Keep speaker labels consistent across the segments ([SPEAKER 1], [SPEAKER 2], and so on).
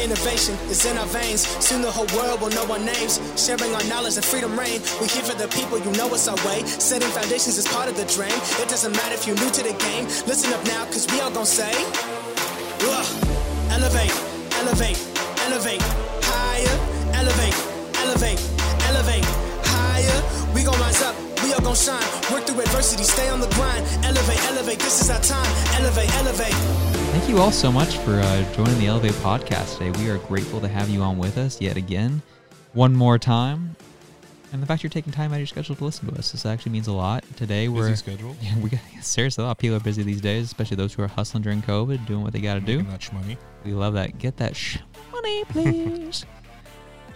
[SPEAKER 1] innovation is in our veins. Soon the whole world will know our names. Sharing our knowledge and freedom reign. We here for the people, you know it's our way. Setting foundations is part of the dream. It doesn't matter if you're new to the game. Listen up now, cause we all gonna say, Ugh. Elevate, elevate, elevate, higher, elevate, elevate, elevate, higher. We gon' rise up, we all gon' shine. Work through adversity, stay on the grind. Elevate, elevate, this is our time. Elevate, elevate.
[SPEAKER 2] Thank you all so much for uh, joining the Elevate podcast today. We are grateful to have you on with us yet again, one more time. And the fact you're taking time out of your schedule to listen to us, this actually means a lot. Today we're
[SPEAKER 3] Busy schedule.
[SPEAKER 2] Yeah, we got seriously a lot of people are busy these days, especially those who are hustling during COVID, doing what they got to do.
[SPEAKER 3] Making that shmoney.
[SPEAKER 2] We love that. Get that sh- money, please.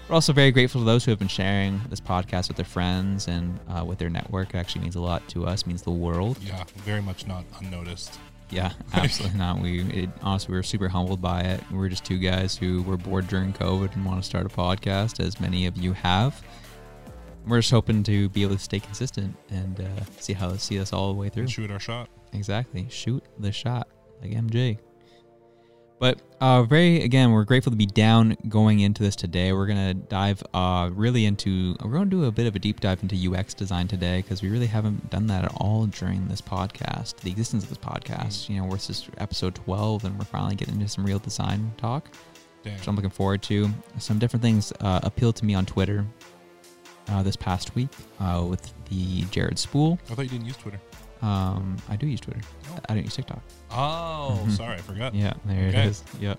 [SPEAKER 2] We're also very grateful to those who have been sharing this podcast with their friends and uh, with their network. It actually means a lot to us. Means the world.
[SPEAKER 3] Yeah, very much not unnoticed.
[SPEAKER 2] Yeah, absolutely not. We it, honestly we were super humbled by it. We were just two guys who were bored during COVID and want to start a podcast, as many of you have. We're just hoping to be able to stay consistent and uh, see how see us all the way through.
[SPEAKER 3] Shoot our shot.
[SPEAKER 2] Exactly. Shoot the shot like MJ. But uh, very again, we're grateful to be down going into this today. We're gonna dive uh, really into. We're gonna do a bit of a deep dive into UX design today because we really haven't done that at all during this podcast, the existence of this podcast. You know, we're just episode twelve, and we're finally getting into some real design talk
[SPEAKER 3] Damn.
[SPEAKER 2] which I'm looking forward to. Some different things uh, appealed to me on Twitter uh, this past week uh, with the Jared Spool.
[SPEAKER 3] I thought you didn't use Twitter.
[SPEAKER 2] Um, I do use Twitter.
[SPEAKER 3] Oh.
[SPEAKER 2] I don't use TikTok.
[SPEAKER 3] Oh,
[SPEAKER 2] Mhm.
[SPEAKER 3] sorry, I forgot.
[SPEAKER 2] Yeah, there
[SPEAKER 3] Okay.
[SPEAKER 2] it is. Yep.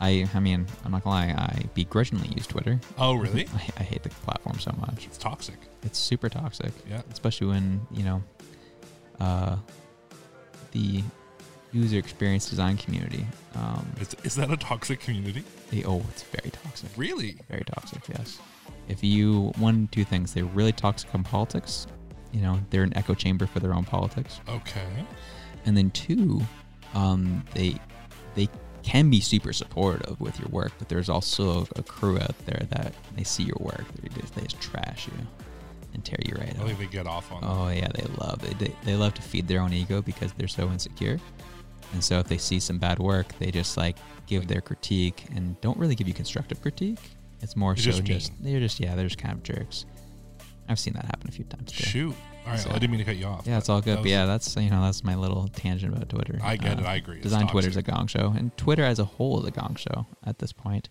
[SPEAKER 2] I, I mean, I'm not gonna lie. I begrudgingly use Twitter.
[SPEAKER 3] Oh, really?
[SPEAKER 2] I, I hate the platform so much.
[SPEAKER 3] It's toxic.
[SPEAKER 2] It's super toxic,
[SPEAKER 3] Yeah.
[SPEAKER 2] especially when you know, uh, the user experience design community. Um,
[SPEAKER 3] Is, is that a toxic community?
[SPEAKER 2] they, oh, it's very toxic.
[SPEAKER 3] Really?
[SPEAKER 2] Very toxic. Yes. If you one of two things, they're really toxic on politics. You know, they're an echo chamber for their own politics.
[SPEAKER 3] Okay.
[SPEAKER 2] and then two, um, they they can be super supportive with your work, but there's also a crew out there that they see your work, they just, they just trash you and tear you right
[SPEAKER 3] I
[SPEAKER 2] up.
[SPEAKER 3] think they get off on that.
[SPEAKER 2] Oh yeah, they love they- they they love to feed their own ego because they're so insecure, and so if they see some bad work, they just like give their critique and don't really give you constructive critique. It's more
[SPEAKER 3] They're
[SPEAKER 2] so
[SPEAKER 3] just
[SPEAKER 2] just,
[SPEAKER 3] mean.
[SPEAKER 2] they're just yeah they're just kind of jerks. I've seen that happen a few times too.
[SPEAKER 3] Shoot. All right.
[SPEAKER 2] So-
[SPEAKER 3] well, I didn't mean to cut you off.
[SPEAKER 2] Yeah,
[SPEAKER 3] but
[SPEAKER 2] it's all
[SPEAKER 3] that
[SPEAKER 2] good. But
[SPEAKER 3] was-
[SPEAKER 2] yeah, that's you know that's my little tangent about Twitter. Uh,
[SPEAKER 3] I get it. I agree. It's
[SPEAKER 2] Design Twitter's a
[SPEAKER 3] toxic.
[SPEAKER 2] gong show, and Twitter as a whole is a gong show at this point.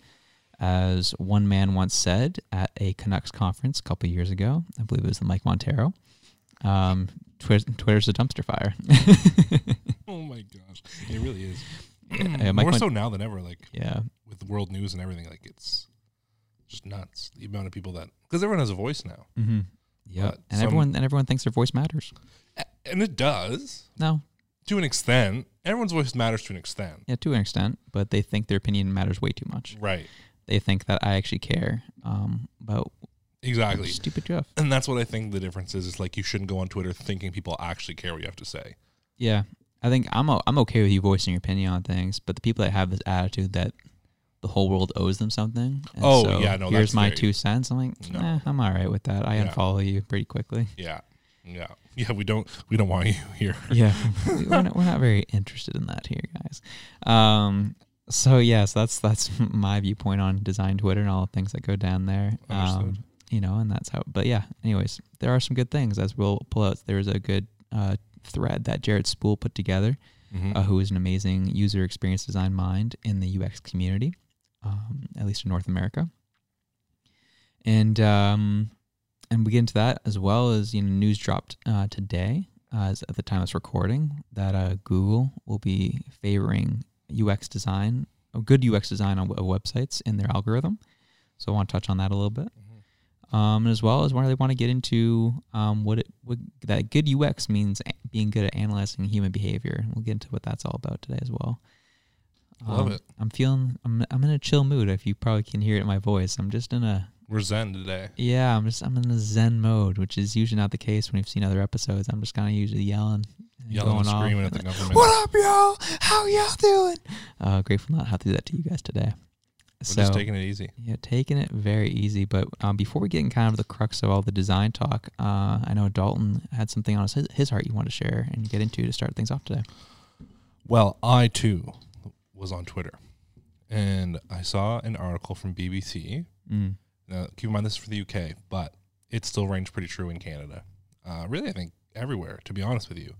[SPEAKER 2] As one man once said at a Canucks conference a couple years ago, I believe it was the Mike Montero. Um, Twitter, Twitter's a dumpster fire.
[SPEAKER 3] Oh my gosh, it really is.
[SPEAKER 2] Yeah, Mike
[SPEAKER 3] Hmm, More
[SPEAKER 2] Mon-
[SPEAKER 3] so now than ever. Like
[SPEAKER 2] yeah,
[SPEAKER 3] with world news and everything, like it's just nuts. The amount of people that because everyone has a voice now,
[SPEAKER 2] mm-hmm. yeah,
[SPEAKER 3] But
[SPEAKER 2] and
[SPEAKER 3] some-
[SPEAKER 2] everyone and everyone thinks their voice matters.
[SPEAKER 3] A- and it does
[SPEAKER 2] No,
[SPEAKER 3] to an extent. Everyone's voice matters to an extent,
[SPEAKER 2] yeah, to an extent, but they think their opinion matters way too much.
[SPEAKER 3] right?
[SPEAKER 2] They think that I actually care um, about
[SPEAKER 3] Exactly.
[SPEAKER 2] stupid Jeff.
[SPEAKER 3] And that's what I think the difference is. It's like you shouldn't go on Twitter thinking people actually care what you have to say.
[SPEAKER 2] Yeah, I think I'm o- I'm okay with you voicing your opinion on things, but the people that have this attitude that the whole world owes them something. and
[SPEAKER 3] Oh, yeah, no,
[SPEAKER 2] here's
[SPEAKER 3] that's
[SPEAKER 2] my
[SPEAKER 3] very-
[SPEAKER 2] two cents. I'm like,
[SPEAKER 3] No.
[SPEAKER 2] eh, I'm all right with that. I
[SPEAKER 3] Yeah.
[SPEAKER 2] unfollow you pretty quickly.
[SPEAKER 3] Yeah, yeah, yeah. We don't we don't want you here.
[SPEAKER 2] Yeah, we're not, we're not very interested in that here, guys. Um, so yes, that's that's my viewpoint on design Twitter and all the things that go down there. Um,
[SPEAKER 3] Understood.
[SPEAKER 2] you know, and that's how. But yeah, anyways, there are some good things as we'll pull out. There's a good uh, thread that Jared Spool put together. uh, who is an amazing user experience design mind in the UX community, um, at least in North America. And um, and we get into that as well as you know news dropped uh, today, uh, as at the time of this recording, that uh, Google will be favoring UX design, or good UX design on w- websites in their algorithm. So I want to touch on that a little bit
[SPEAKER 3] Mm-hmm.
[SPEAKER 2] um, as well as where they want to get into um, what it what that good UX means a- being good at analyzing human behavior. We'll get into what that's all about today as well.
[SPEAKER 3] Love
[SPEAKER 2] Um,
[SPEAKER 3] it.
[SPEAKER 2] I'm feeling I'm I'm in a chill mood. If you probably can hear it in my voice, I'm just in a
[SPEAKER 3] We're Zen today.
[SPEAKER 2] yeah. I'm just I'm in a zen mode, which is usually not the case when we've seen other episodes. I'm just kind of usually yelling, and
[SPEAKER 3] Yelling and
[SPEAKER 2] going off
[SPEAKER 3] screaming at
[SPEAKER 2] and
[SPEAKER 3] the government.
[SPEAKER 2] What up, y'all? How y'all doing? Uh, grateful not have to do that to you guys today.
[SPEAKER 3] We're just taking it easy.
[SPEAKER 2] Yeah, taking it very easy. But um, before we get in kind of the crux of all the design talk, uh, I know Dalton had something on his, his heart you want to share and get into to start things off today.
[SPEAKER 3] Well, I too was on Twitter, and I saw an article from BBC.
[SPEAKER 2] Mm.
[SPEAKER 3] Now, keep in mind this is for the UK, but it still rings pretty true in Canada. Uh, really, I think everywhere. To be honest with you,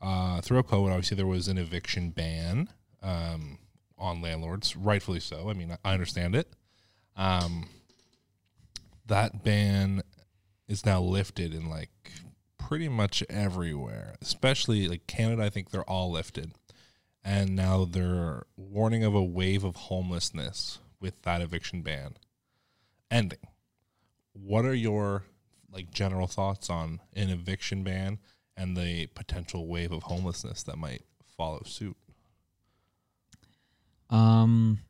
[SPEAKER 3] uh, throughout COVID, obviously there was an eviction ban um, on landlords, rightfully so. I mean, I- I understand it. Um, that ban is now lifted in like pretty much everywhere, especially like Canada. I think they're all lifted, and now they're warning of a wave of homelessness with that eviction ban ending. What are your like general thoughts on an eviction ban and the potential wave of homelessness that might follow suit?
[SPEAKER 2] Um,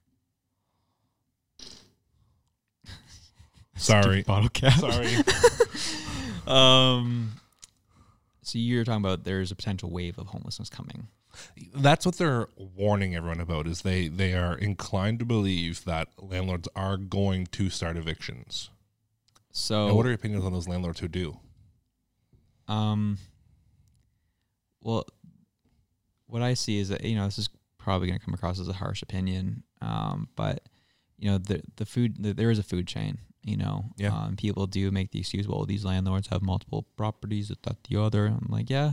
[SPEAKER 3] Sorry,
[SPEAKER 2] bottle cap.
[SPEAKER 3] sorry.
[SPEAKER 2] Um, so you're talking about there's a potential wave of homelessness coming.
[SPEAKER 3] That's what they're warning everyone about is they they are inclined to believe that landlords are going to start evictions.
[SPEAKER 2] So
[SPEAKER 3] Now,
[SPEAKER 2] Oh.
[SPEAKER 3] what are your opinions on those landlords who do?
[SPEAKER 2] Um, well, what I see is that you know this is probably going to come across as a harsh opinion, um, but you know the the food the, there is a food chain. You know,
[SPEAKER 3] Yeah.
[SPEAKER 2] um, people do make the excuse, well, these landlords have multiple properties, this, that, the other. I'm like, yeah,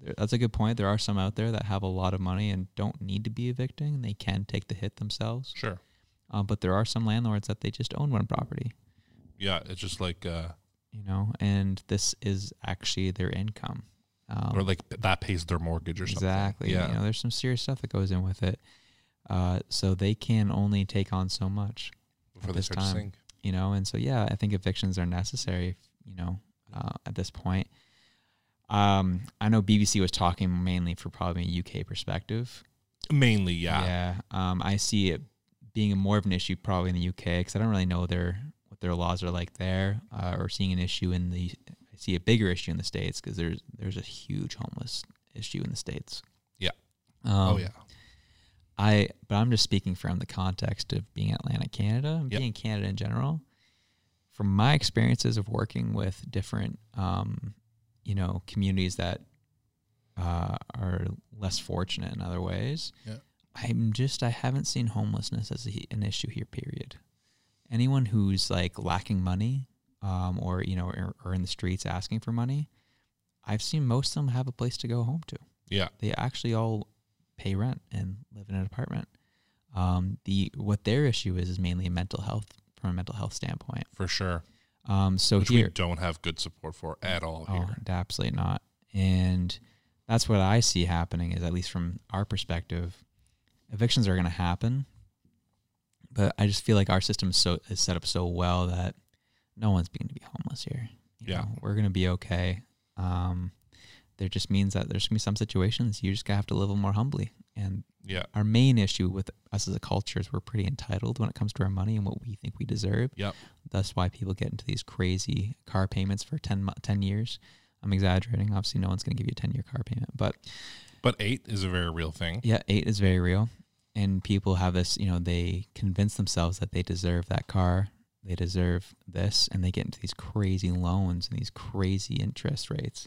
[SPEAKER 2] there- that's a good point. There are some out there that have a lot of money and don't need to be evicting, and they can take the hit themselves.
[SPEAKER 3] Sure.
[SPEAKER 2] Um, but there are some landlords that they just own one property,
[SPEAKER 3] Yeah, it's just like uh,
[SPEAKER 2] you know, and this is actually their income. Um,
[SPEAKER 3] or like that pays their mortgage or something.
[SPEAKER 2] Exactly.
[SPEAKER 3] Yeah.
[SPEAKER 2] You know, there's some serious stuff that goes in with it. Uh, so they can only take on so much,
[SPEAKER 3] Before
[SPEAKER 2] at
[SPEAKER 3] they
[SPEAKER 2] this
[SPEAKER 3] start to
[SPEAKER 2] time.
[SPEAKER 3] sink.
[SPEAKER 2] you know. And so, yeah, I think evictions are necessary. You know, uh, at this point, um, I know BBC was talking mainly for probably a UK perspective.
[SPEAKER 3] Mainly, yeah.
[SPEAKER 2] Yeah. Um, I see it being more of an issue probably in the UK because I don't really know their what their laws are like there, uh, or seeing an issue in the. I see a bigger issue in the states because there's there's a huge homeless issue in the states.
[SPEAKER 3] Yeah.
[SPEAKER 2] Um,
[SPEAKER 3] Oh yeah.
[SPEAKER 2] I but I'm just speaking from the context of being Atlanta, Canada, and
[SPEAKER 3] Yep.
[SPEAKER 2] being Canada in general. From my experiences of working with different, um, you know, communities that uh, are less fortunate in other ways,
[SPEAKER 3] Yeah.
[SPEAKER 2] I'm just I haven't seen homelessness as a, an issue here. Period. Anyone who's like lacking money, um, or you know, or, or in the streets asking for money, I've seen most of them have a place to go home to
[SPEAKER 3] Yeah.
[SPEAKER 2] they actually all pay rent and live in an apartment. Um, the what their issue is is mainly mental health from a mental health standpoint.
[SPEAKER 3] For sure.
[SPEAKER 2] Um, so
[SPEAKER 3] Which we
[SPEAKER 2] here,
[SPEAKER 3] don't have good support for at all
[SPEAKER 2] oh,
[SPEAKER 3] here.
[SPEAKER 2] absolutely not. And that's what I see happening is at least from our perspective, evictions are going to happen. But I just feel like our system is so is set up so well that no one's going to be homeless here. You
[SPEAKER 3] Yeah.
[SPEAKER 2] know, we're going to be okay. Um, there just means that there's going to be some situations you just gotta have to live a little more humbly and
[SPEAKER 3] Yeah.
[SPEAKER 2] our main issue with us as a culture is we're pretty entitled when it comes to our money and what we think we deserve.
[SPEAKER 3] Yep.
[SPEAKER 2] That's why people get into these crazy car payments for 10, mo- 10 years. I'm exaggerating. Obviously, no one's going to give you a 10 year car payment, but
[SPEAKER 3] But eight is a very real thing.
[SPEAKER 2] yeah, eight is very real. And people have this, you know, they convince themselves that they deserve that car, they deserve this, and they get into these crazy loans and these crazy interest rates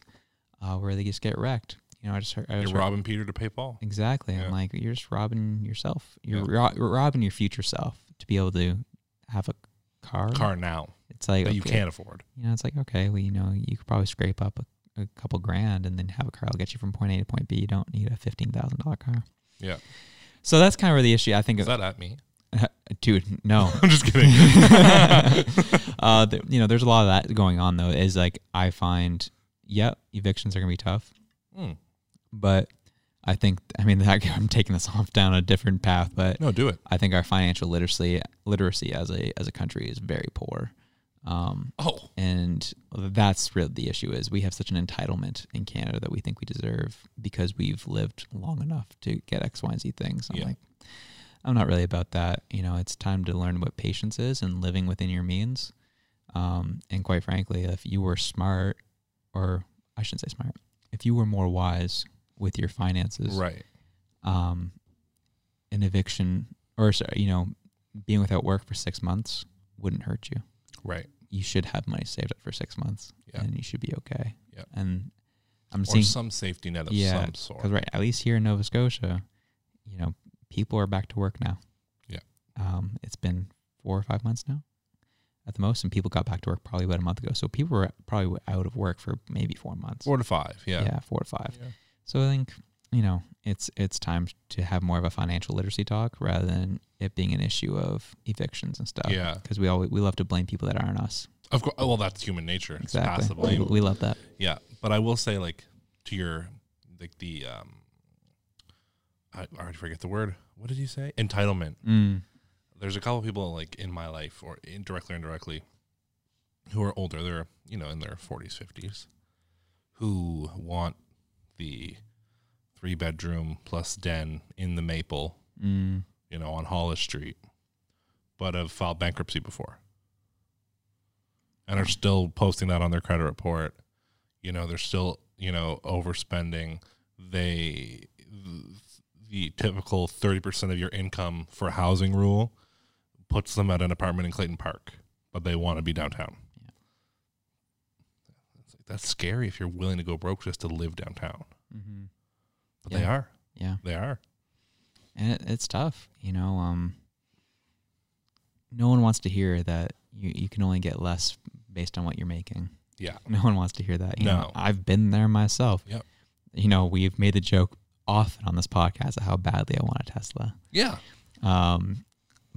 [SPEAKER 2] uh, where they just get wrecked. You know, I just heard, I
[SPEAKER 3] You're
[SPEAKER 2] was
[SPEAKER 3] robbing Peter to pay Paul.
[SPEAKER 2] Exactly.
[SPEAKER 3] Yeah.
[SPEAKER 2] I'm like, you're just robbing yourself. You're ro- robbing your future self to be able to have a car.
[SPEAKER 3] Car now
[SPEAKER 2] It's like
[SPEAKER 3] that you
[SPEAKER 2] okay,
[SPEAKER 3] can't afford.
[SPEAKER 2] You know, it's like okay, well, you know, you could probably scrape up a, a couple grand and then have a car. It'll get you from point A to point B. You don't need a fifteen thousand dollar car.
[SPEAKER 3] Yeah.
[SPEAKER 2] So that's kind of where the issue. I think,
[SPEAKER 3] Is that at me?
[SPEAKER 2] dude, no.
[SPEAKER 3] I'm just kidding.
[SPEAKER 2] uh, th- you know, there's a lot of that going on though. Is like I find, yep, evictions are gonna be tough.
[SPEAKER 3] Hmm.
[SPEAKER 2] but I think I mean I'm taking this off down a different path, but
[SPEAKER 3] No, do it.
[SPEAKER 2] I think our financial literacy literacy as a as a country is very poor, um,
[SPEAKER 3] Oh,
[SPEAKER 2] and that's really the issue. Is we have such an entitlement in Canada that we think we deserve because we've lived long enough to get X, Y, and Z things. I'm
[SPEAKER 3] Yeah.
[SPEAKER 2] like, I'm not really about that. You know, it's time to learn what patience is and living within your means. Um, and quite frankly, if you were smart, or I shouldn't say smart, if you were more wise with your finances,
[SPEAKER 3] right.
[SPEAKER 2] um, an eviction or sorry, you know, being without work for six months wouldn't hurt you.
[SPEAKER 3] Right.
[SPEAKER 2] You should have money saved up for six months,
[SPEAKER 3] Yeah.
[SPEAKER 2] and you should be okay.
[SPEAKER 3] Yeah.
[SPEAKER 2] And I'm
[SPEAKER 3] Or
[SPEAKER 2] seeing
[SPEAKER 3] some safety net of
[SPEAKER 2] Yeah,
[SPEAKER 3] some sort.
[SPEAKER 2] because right, at least here in Nova Scotia, you know, people are back to work now. Um, it's been four or five months now at the most, and people got back to work probably about a month ago. So people were probably out of work for maybe four months.
[SPEAKER 3] Four to five. Yeah.
[SPEAKER 2] yeah, four to five.
[SPEAKER 3] Yeah.
[SPEAKER 2] So I think you know it's it's time to have more of a financial literacy talk rather than it being an issue of evictions and stuff.
[SPEAKER 3] Yeah.
[SPEAKER 2] because we always we love to blame people that aren't us.
[SPEAKER 3] Of course. Well, that's human nature. It's pass the
[SPEAKER 2] Exactly,
[SPEAKER 3] blame.
[SPEAKER 2] we, we love that.
[SPEAKER 3] Yeah, but I will say, like, to your, like the, um, I already forget the word. What did you say? Entitlement.
[SPEAKER 2] Mm.
[SPEAKER 3] There's a couple people like in my life, or indirectly or indirectly, who are older. They're you know in their 40s, 50s, who want the three bedroom plus den in the Maple,
[SPEAKER 2] Mm.
[SPEAKER 3] you know, on Hollis Street, but have filed bankruptcy before. And are still posting that on their credit report. You know, they're still, you know, overspending. They, the typical 30% of your income for housing rule puts them at an apartment in Clayton Park, but they want to be downtown.
[SPEAKER 2] Yeah.
[SPEAKER 3] It's like, That's scary if you're willing to go broke just to live downtown.
[SPEAKER 2] hmm
[SPEAKER 3] But
[SPEAKER 2] Yeah.
[SPEAKER 3] they are.
[SPEAKER 2] Yeah.
[SPEAKER 3] They are.
[SPEAKER 2] and it, it's tough you know um no one wants to hear that you, you can only get less based on what you're making
[SPEAKER 3] Yeah.
[SPEAKER 2] no one wants to hear that you
[SPEAKER 3] No.
[SPEAKER 2] know i've been there myself
[SPEAKER 3] Yep.
[SPEAKER 2] you know we've made the joke often on this podcast of how badly i want a tesla
[SPEAKER 3] Yeah.
[SPEAKER 2] um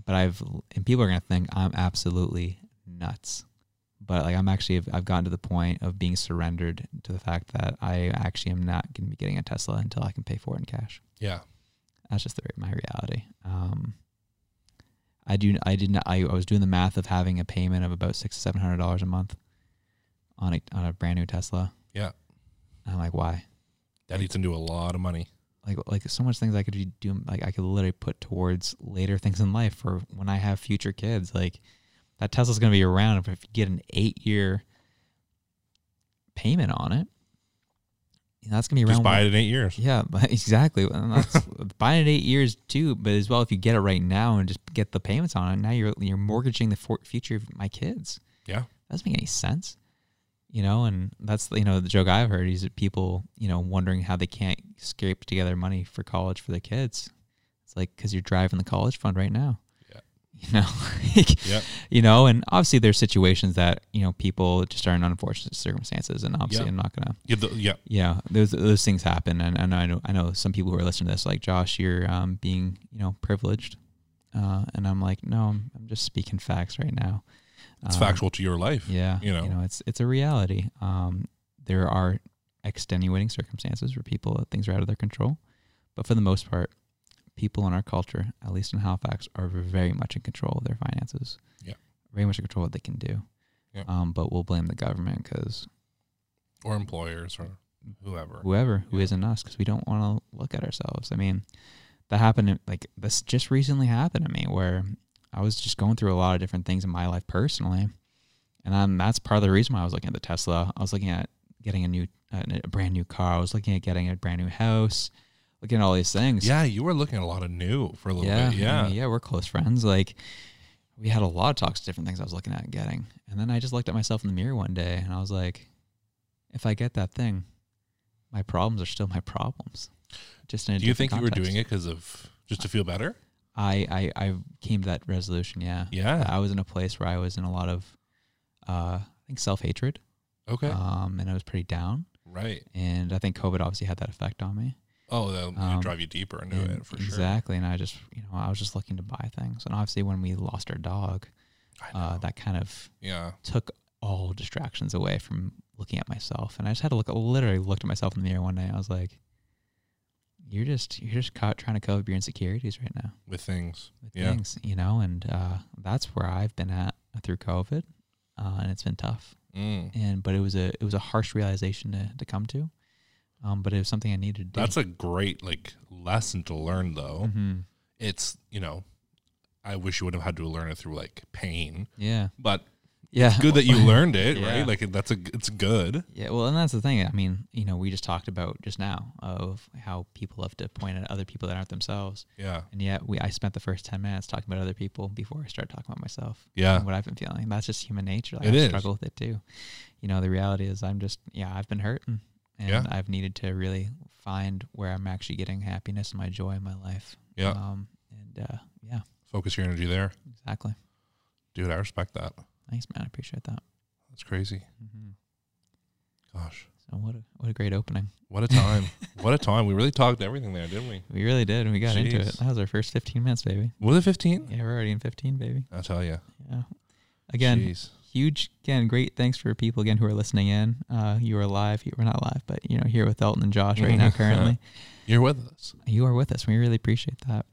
[SPEAKER 2] but i've and people are gonna think i'm absolutely nuts but like i'm actually i've gotten to the point of being surrendered to the fact that i actually am not gonna be getting a tesla until i can pay for it in cash
[SPEAKER 3] Yeah.
[SPEAKER 2] that's just the, re- my reality. Um, I do. I did not. I, I was doing the math of having a payment of about six seven hundred dollars a month on a on a brand new Tesla.
[SPEAKER 3] Yeah.
[SPEAKER 2] And I'm like, why?
[SPEAKER 3] That eats into a lot of money.
[SPEAKER 2] Like like so much things I could be doing. Like I could literally put towards later things in life for when I have future kids. Like that Tesla's gonna be around if, if you get an eight year payment on it. you know, That's gonna be around.
[SPEAKER 3] Just
[SPEAKER 2] when-
[SPEAKER 3] buy it in eight years.
[SPEAKER 2] Yeah, but exactly. And that's buying it eight years too. But as well, if you get it right now and just get the payments on it, now you're you're mortgaging the for- future of my kids.
[SPEAKER 3] Yeah.
[SPEAKER 2] That doesn't make any sense, you know. And that's you know the joke I've heard is that people you know wondering how they can't scrape together money for college for their kids. It's like because you're driving the college fund right now.
[SPEAKER 3] Yeah.
[SPEAKER 2] You know, like,
[SPEAKER 3] Yeah.
[SPEAKER 2] you know, and obviously there's situations that you know people just are in unfortunate circumstances, and obviously
[SPEAKER 3] Yeah.
[SPEAKER 2] I'm not gonna
[SPEAKER 3] Yeah, the, yeah,
[SPEAKER 2] yeah, those those things happen, and, and I know I know some people who are listening to this, like Josh, you're um, being you know privileged, uh, and I'm like, no, I'm, I'm just speaking facts right now.
[SPEAKER 3] it's
[SPEAKER 2] Um,
[SPEAKER 3] factual to your life.
[SPEAKER 2] Yeah,
[SPEAKER 3] you know.
[SPEAKER 2] it's it's a reality. Um, there are extenuating circumstances where people things are out of their control, but for the most part, people in our culture, at least in Halifax, are very much in control of their finances.
[SPEAKER 3] Yeah.
[SPEAKER 2] very much in control of what they can do.
[SPEAKER 3] Yeah.
[SPEAKER 2] Um, but we'll blame the government because
[SPEAKER 3] Or employers or whoever.
[SPEAKER 2] whoever who
[SPEAKER 3] Yeah.
[SPEAKER 2] not us because we don't want to look at ourselves. I mean, that happened to- like this just recently happened to me where I was just going through a lot of different things in my life personally, and i that's part of the reason why I was looking at the Tesla. I was looking at getting a new uh, a brand new car. I was looking at getting a brand new house. Looking at all these things.
[SPEAKER 3] Yeah, you were looking at a lot of new for a little
[SPEAKER 2] yeah,
[SPEAKER 3] bit.
[SPEAKER 2] I
[SPEAKER 3] Yeah.
[SPEAKER 2] mean, yeah, we're close friends. Like we had a lot of talks, different things I was looking at and getting, and then I just looked at myself in the mirror one day, and I was like, if I get that thing, my problems are still my problems. Just in a
[SPEAKER 3] Do you
[SPEAKER 2] different
[SPEAKER 3] think you were
[SPEAKER 2] context.
[SPEAKER 3] doing it because of just to feel better?
[SPEAKER 2] I, I I came to that resolution. Yeah,
[SPEAKER 3] Yeah.
[SPEAKER 2] I was in a place where I was in a lot of, uh, I think self hatred,
[SPEAKER 3] Okay.
[SPEAKER 2] um, and I was pretty down,
[SPEAKER 3] right.
[SPEAKER 2] and I think COVID obviously had that effect on me.
[SPEAKER 3] Oh, that'll it'll
[SPEAKER 2] um,
[SPEAKER 3] drive you deeper into
[SPEAKER 2] And-
[SPEAKER 3] it for sure.
[SPEAKER 2] exactly, and I just you know I was just looking to buy things, and obviously when we lost our dog,
[SPEAKER 3] I know.
[SPEAKER 2] uh, that kind of
[SPEAKER 3] yeah.
[SPEAKER 2] took all distractions away from looking at myself. And I just had to look, literally looked at myself in the mirror one day. I was like, "You're just, you're just caught trying to cover up your insecurities right now
[SPEAKER 3] With things.
[SPEAKER 2] with
[SPEAKER 3] Yeah.
[SPEAKER 2] things, you know." And uh, that's where I've been at through COVID, uh, and it's been tough.
[SPEAKER 3] Mm.
[SPEAKER 2] And but it was a, it was a harsh realization to, to come to. Um, but it was something I needed to do.
[SPEAKER 3] That's a great like lesson to learn though.
[SPEAKER 2] Mhm.
[SPEAKER 3] It's, you know, I wish you would have had to learn it through like pain,
[SPEAKER 2] yeah,
[SPEAKER 3] but
[SPEAKER 2] yeah.
[SPEAKER 3] good that you learned it,
[SPEAKER 2] Yeah.
[SPEAKER 3] right? Like that's a it's good.
[SPEAKER 2] Yeah, well, and that's the thing. I mean, you know, we just talked about just now of how people love to point at other people that aren't themselves.
[SPEAKER 3] Yeah.
[SPEAKER 2] And yet, we I spent the first ten minutes talking about other people before I started talking about myself.
[SPEAKER 3] Yeah.
[SPEAKER 2] and what I've been feeling. That's just human nature. Like,
[SPEAKER 3] It
[SPEAKER 2] I
[SPEAKER 3] is.
[SPEAKER 2] struggle with it too. You know, the reality is I'm just yeah, I've been hurting, and
[SPEAKER 3] Yeah.
[SPEAKER 2] I've needed to really find where I'm actually getting happiness and my joy in my life.
[SPEAKER 3] Yeah.
[SPEAKER 2] Um, and uh, yeah,
[SPEAKER 3] Focus your energy there.
[SPEAKER 2] Exactly.
[SPEAKER 3] Dude, I respect that.
[SPEAKER 2] Thanks, man. I appreciate that.
[SPEAKER 3] That's crazy.
[SPEAKER 2] Mhm.
[SPEAKER 3] Gosh.
[SPEAKER 2] So what a what a great opening.
[SPEAKER 3] What a time. what a time. We really talked everything there, didn't we?
[SPEAKER 2] We really did, and we got into it.
[SPEAKER 3] Jeez.
[SPEAKER 2] That was our first 15 minutes, baby.
[SPEAKER 3] Was it 15?
[SPEAKER 2] Yeah, we're already in 15, baby.
[SPEAKER 3] I tell you.
[SPEAKER 2] Yeah. Again,
[SPEAKER 3] Jeez.
[SPEAKER 2] huge again great thanks for people again who are listening in uh you are live you- we're not live but you know here with elton and josh right now currently
[SPEAKER 3] You're with us.
[SPEAKER 2] you are with us we really appreciate that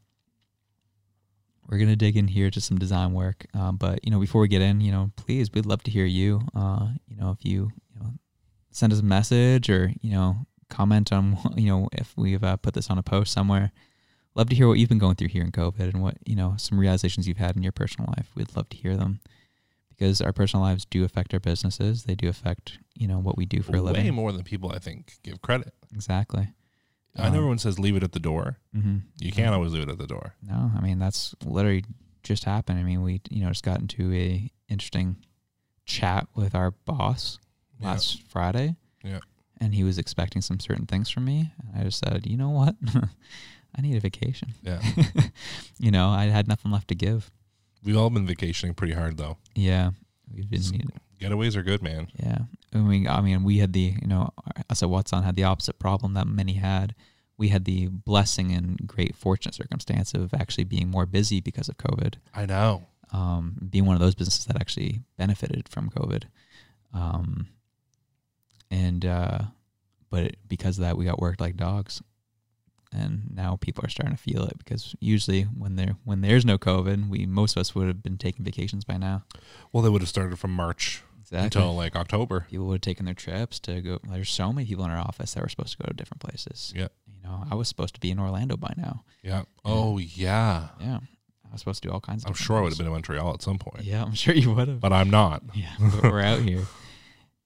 [SPEAKER 2] we're gonna dig in here to some design work um, but you know before we get in you know please we'd love to hear you uh you know if you you know send us a message or you know comment on you know if we've uh, put this on a post somewhere love to hear what you've been going through here in covid and what you know some realizations you've had in your personal life we'd love to hear them because our personal lives do affect our businesses they do affect you know what we do for a
[SPEAKER 3] Way
[SPEAKER 2] living
[SPEAKER 3] more than people, I think, give credit.
[SPEAKER 2] exactly
[SPEAKER 3] I
[SPEAKER 2] Um,
[SPEAKER 3] know everyone says leave it at the door.
[SPEAKER 2] mm-hmm.
[SPEAKER 3] You can't always leave it at the door.
[SPEAKER 2] No, I mean that's literally just happened. I mean, we you know just got into a interesting chat with our boss
[SPEAKER 3] Yeah.
[SPEAKER 2] last Friday.
[SPEAKER 3] Yeah.
[SPEAKER 2] And he was expecting some certain things from me. And I just said, you know what? I need a vacation.
[SPEAKER 3] Yeah.
[SPEAKER 2] you know, I had nothing left to give.
[SPEAKER 3] We've all been vacationing pretty hard, though.
[SPEAKER 2] Yeah. We didn't
[SPEAKER 3] It's-
[SPEAKER 2] need
[SPEAKER 3] Getaways are good, man.
[SPEAKER 2] Yeah. I mean, I mean, we had the, you know, us at Watson had the opposite problem that many had. We had the blessing and great fortunate circumstance of actually being more busy because of COVID.
[SPEAKER 3] I know.
[SPEAKER 2] um, being one of those businesses that actually benefited from COVID. Um, and uh, but it, because of that, we got worked like dogs, and now people are starting to feel it because usually when there when there's no COVID, we most of us would have been taking vacations by now.
[SPEAKER 3] Well, they would have started from March until like October.
[SPEAKER 2] People would have taken their trips to go. There's so many people in our office that were supposed to go to different places.
[SPEAKER 3] Yeah.
[SPEAKER 2] You know, I was supposed to be in Orlando by now.
[SPEAKER 3] Yeah. Oh, yeah.
[SPEAKER 2] Yeah. I was supposed to do all kinds of
[SPEAKER 3] I'm
[SPEAKER 2] different
[SPEAKER 3] sure I would have
[SPEAKER 2] things.
[SPEAKER 3] been in Montreal at some point,
[SPEAKER 2] Yeah, I'm sure you would have.
[SPEAKER 3] but I'm not.
[SPEAKER 2] yeah but we're out here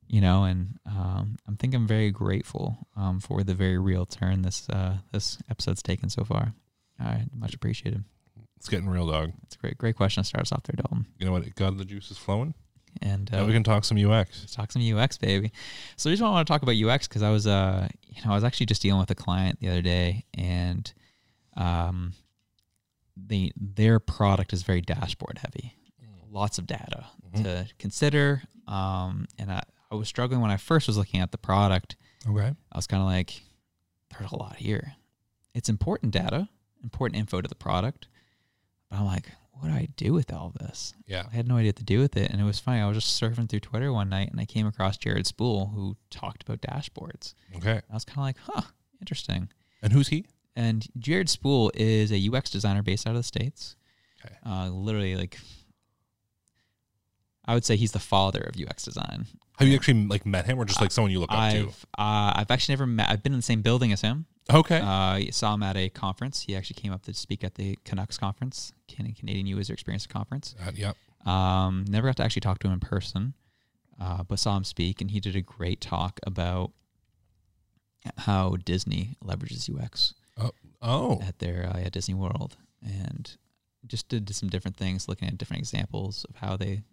[SPEAKER 2] you know and um, i'm think i'm very grateful um, for the very real turn this uh, this episode's taken so far i much appreciated
[SPEAKER 3] It's getting real, dog.
[SPEAKER 2] it's a great great question to start us off there dalton
[SPEAKER 3] You know what? It got the juices flowing.
[SPEAKER 2] and
[SPEAKER 3] Now
[SPEAKER 2] uh,
[SPEAKER 3] we can talk some UX.
[SPEAKER 2] let's talk some ux baby so the reason why i want to talk about ux because i was uh you know i was actually just dealing with a client the other day and um the their product is very dashboard heavy lots of data to consider um and I, I was struggling when i first was looking at the product
[SPEAKER 3] Okay.
[SPEAKER 2] I was kind of like, there's a lot here. It's important data, important info to the product. But I'm like, what do I do with all this?
[SPEAKER 3] Yeah.
[SPEAKER 2] I had no idea what to do with it. And it was funny. I was just surfing through Twitter one night and I came across Jared Spool who talked about dashboards.
[SPEAKER 3] Okay.
[SPEAKER 2] I was kind of like, huh, interesting.
[SPEAKER 3] And who's he?
[SPEAKER 2] And Jared Spool is a UX designer based out of the States.
[SPEAKER 3] Okay.
[SPEAKER 2] Uh, literally, like, I would say he's the father of UX design.
[SPEAKER 3] Have you actually like met him, or just like someone you look up to?
[SPEAKER 2] I've uh, I've actually never met. I've been in the same building as him,
[SPEAKER 3] Okay.
[SPEAKER 2] uh, I saw him at a conference. He actually came up to speak at the Canucks conference, Can- Canadian User Experience Conference.
[SPEAKER 3] Uh, yep.
[SPEAKER 2] Um, never got to actually talk to him in person, uh, but saw him speak, and he did a great talk about how Disney leverages UX
[SPEAKER 3] Oh,
[SPEAKER 2] at their uh, at Disney World, and just did some different things, looking at different examples of how they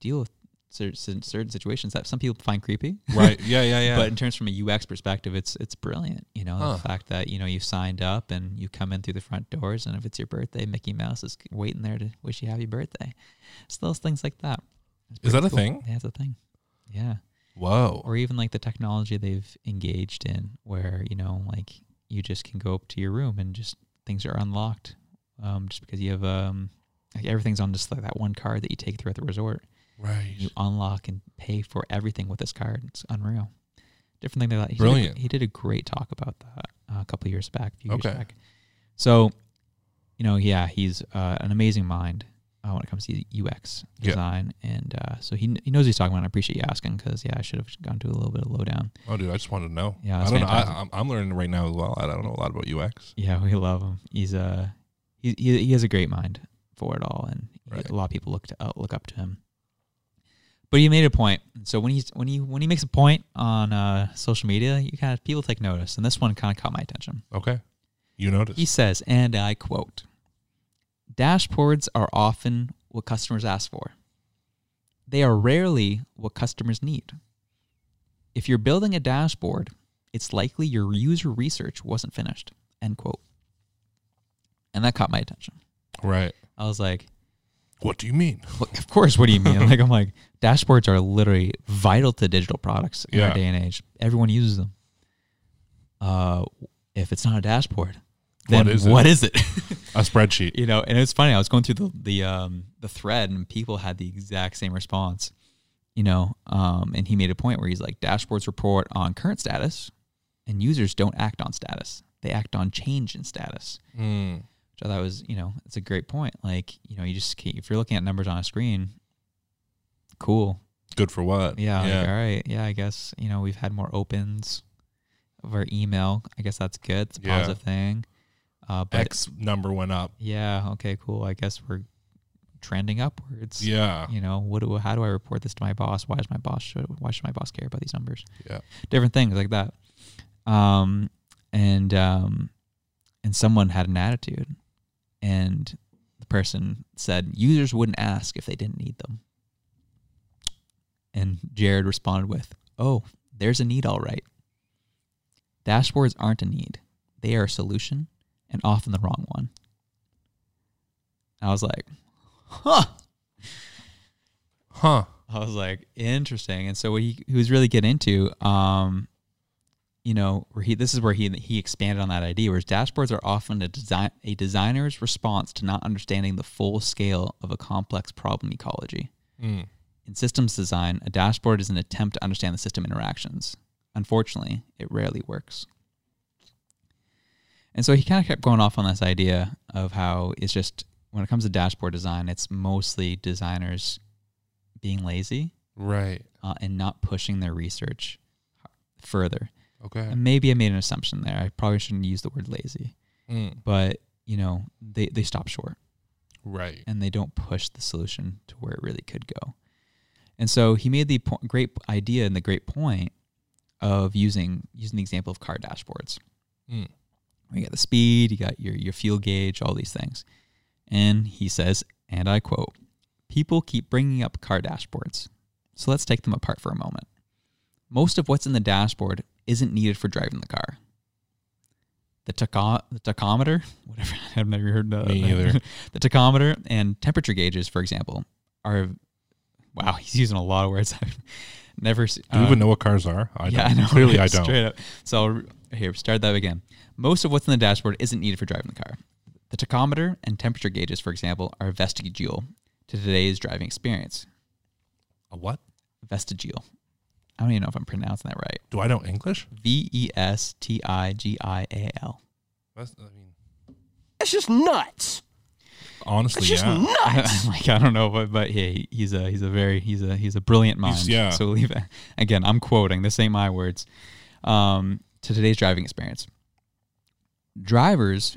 [SPEAKER 2] deal with cer- certain certain situations that some people find creepy.
[SPEAKER 3] right. Yeah. Yeah. Yeah.
[SPEAKER 2] But in terms from a UX perspective, it's it's brilliant. You know,
[SPEAKER 3] Huh.
[SPEAKER 2] the fact that you know you signed up and you come in through the front doors, and if it's your birthday, Mickey Mouse is waiting there to wish you happy birthday. It's those things like that. It's
[SPEAKER 3] Is that
[SPEAKER 2] pretty
[SPEAKER 3] a thing?
[SPEAKER 2] Yeah, it's a thing. Yeah,
[SPEAKER 3] Whoa.
[SPEAKER 2] or even like the technology they've engaged in, where you know, like you just can go up to your room and just things are unlocked, um, just because you have um, like everything's on just like that one card that you take throughout the resort
[SPEAKER 3] Right.
[SPEAKER 2] you unlock and pay for everything with this card. It's unreal. Different thing than that. He
[SPEAKER 3] Brilliant.
[SPEAKER 2] Did a, he did a great talk about that uh, a couple of years back. A few
[SPEAKER 3] Okay.
[SPEAKER 2] years back. So, you know, yeah, he's uh, an amazing mind uh, when it comes to UX
[SPEAKER 3] Yeah.
[SPEAKER 2] design, and uh, so he kn- he knows what he's talking about. and I appreciate you asking because yeah, I should have gone to a little bit of lowdown.
[SPEAKER 3] Oh, dude, I just wanted to know.
[SPEAKER 2] Yeah,
[SPEAKER 3] I
[SPEAKER 2] that's
[SPEAKER 3] don't know.
[SPEAKER 2] fantastic.
[SPEAKER 3] I, I'm, I'm learning right now as well. I don't know a lot about UX.
[SPEAKER 2] Yeah, we love him. He's uh, he he, he has a great mind for it all, and he-
[SPEAKER 3] Right.
[SPEAKER 2] a lot of people look to uh, look up to him. But he made a point. So when he's when he when he makes a point on uh, social media, you kind of people take notice, and this one kind of caught my attention.
[SPEAKER 3] Okay. You noticed.
[SPEAKER 2] He says, and I quote: "Dashboards are often what customers ask for. They are rarely what customers need. If you're building a dashboard, it's likely your user research wasn't finished." End quote. And that caught my attention
[SPEAKER 3] right.
[SPEAKER 2] I was like,
[SPEAKER 3] What do you mean?
[SPEAKER 2] "Well, of course. What do you mean? like, I'm like, dashboards are literally vital to digital products in
[SPEAKER 3] Yeah.
[SPEAKER 2] our day and age. Everyone uses them. Uh, if it's not a dashboard, then
[SPEAKER 3] What is it?
[SPEAKER 2] what is it?
[SPEAKER 3] A spreadsheet.
[SPEAKER 2] you know, and it's funny. I was going through the the um, the thread, and people had the exact same response. You know, um, and he made a point where he's like, dashboards report on current status, and users don't act on status; they act on change in status.
[SPEAKER 3] Mm.
[SPEAKER 2] Which I thought was, you know, it's a great point. Like, you know, you just keep, if you're looking at numbers on a screen, cool.
[SPEAKER 3] Good for what?
[SPEAKER 2] Yeah,
[SPEAKER 3] Yeah.
[SPEAKER 2] Like, all right. Yeah, I guess you know we've had more opens of our email. I guess that's good. It's a
[SPEAKER 3] Yeah.
[SPEAKER 2] positive thing. Uh, but
[SPEAKER 3] X number went up.
[SPEAKER 2] yeah, okay, cool. I guess we're trending upwards.
[SPEAKER 3] Yeah.
[SPEAKER 2] You know, what do how do I report this to my boss? Why is my boss should why should my boss care about these numbers?
[SPEAKER 3] Yeah.
[SPEAKER 2] Different things like that. Um and um and someone had an attitude and the person said users wouldn't ask if they didn't need them. And Jared responded with, "Oh, there's a need all right. Dashboards aren't a need. They are a solution and often the wrong one." I was like, "Huh."
[SPEAKER 3] Huh.
[SPEAKER 2] I was like, interesting. And so what he, he was really getting into, um, you know, where he this is where he he expanded on that idea, whereas dashboards are often a design a designer's response to not understanding the full scale of a complex problem ecology.
[SPEAKER 3] Mm.
[SPEAKER 2] In systems design, a dashboard is an attempt to understand the system interactions. Unfortunately, it rarely works. And so he kind of kept going off on this idea of how it's just when it comes to dashboard design, it's mostly designers being lazy
[SPEAKER 3] Right.
[SPEAKER 2] uh, and not pushing their research further.
[SPEAKER 3] Okay.
[SPEAKER 2] And maybe I made an assumption there. I probably shouldn't use the word lazy,
[SPEAKER 3] Mm.
[SPEAKER 2] but you know, they, they stop short
[SPEAKER 3] Right.
[SPEAKER 2] and they don't push the solution to where it really could go. And so he made the po- great idea and the great point of using using the example of car dashboards.
[SPEAKER 3] Mm.
[SPEAKER 2] You got the speed, you got your your fuel gauge, all these things. And he says, and I quote, "People keep bringing up car dashboards, so let's take them apart for a moment. Most of what's in the dashboard isn't needed for driving the car." The, tacho- the tachometer, whatever, I've never heard that.
[SPEAKER 3] Me either.
[SPEAKER 2] the tachometer and temperature gauges, for example, are wow. He's using a lot of words I've never seen.
[SPEAKER 3] Do you even know what cars are? I
[SPEAKER 2] Uh, yeah,
[SPEAKER 3] don't.
[SPEAKER 2] I know.
[SPEAKER 3] Clearly, I
[SPEAKER 2] right?
[SPEAKER 3] don't.
[SPEAKER 2] Straight up. So I'll re- here, start that again. Most of what's in the dashboard isn't needed for driving the car. The tachometer and temperature gauges, for example, are vestigial to today's driving experience.
[SPEAKER 3] A what?
[SPEAKER 2] Vestigial. I don't even know if I'm pronouncing that right.
[SPEAKER 3] Do I know English?
[SPEAKER 2] V E S T I G I A L.
[SPEAKER 3] That's, I mean,
[SPEAKER 4] That's just nuts.
[SPEAKER 3] honestly,
[SPEAKER 4] That's just
[SPEAKER 3] yeah.
[SPEAKER 4] nuts.
[SPEAKER 2] like I don't know, but but yeah, he- he's a he's a very he's a he's a brilliant mind.
[SPEAKER 3] He's- yeah.
[SPEAKER 2] So leave it. Again, I'm quoting. This ain't my words. Um, to today's driving experience, drivers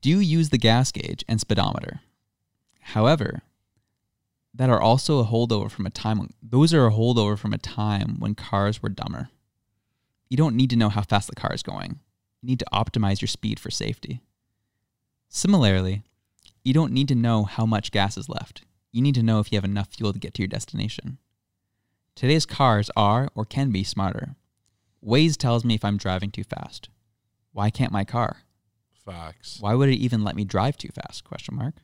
[SPEAKER 2] do use the gas gauge and speedometer. However, that are also a holdover from a time. When, those are a holdover from a time when cars were dumber. You don't need to know how fast the car is going. You need to optimize your speed for safety. Similarly, you don't need to know how much gas is left. You need to know if you have enough fuel to get to your destination. Today's cars are or can be smarter. Waze tells me if I'm driving too fast. Why can't my car?
[SPEAKER 3] Facts.
[SPEAKER 2] Why would it even let me drive too fast? Question mark.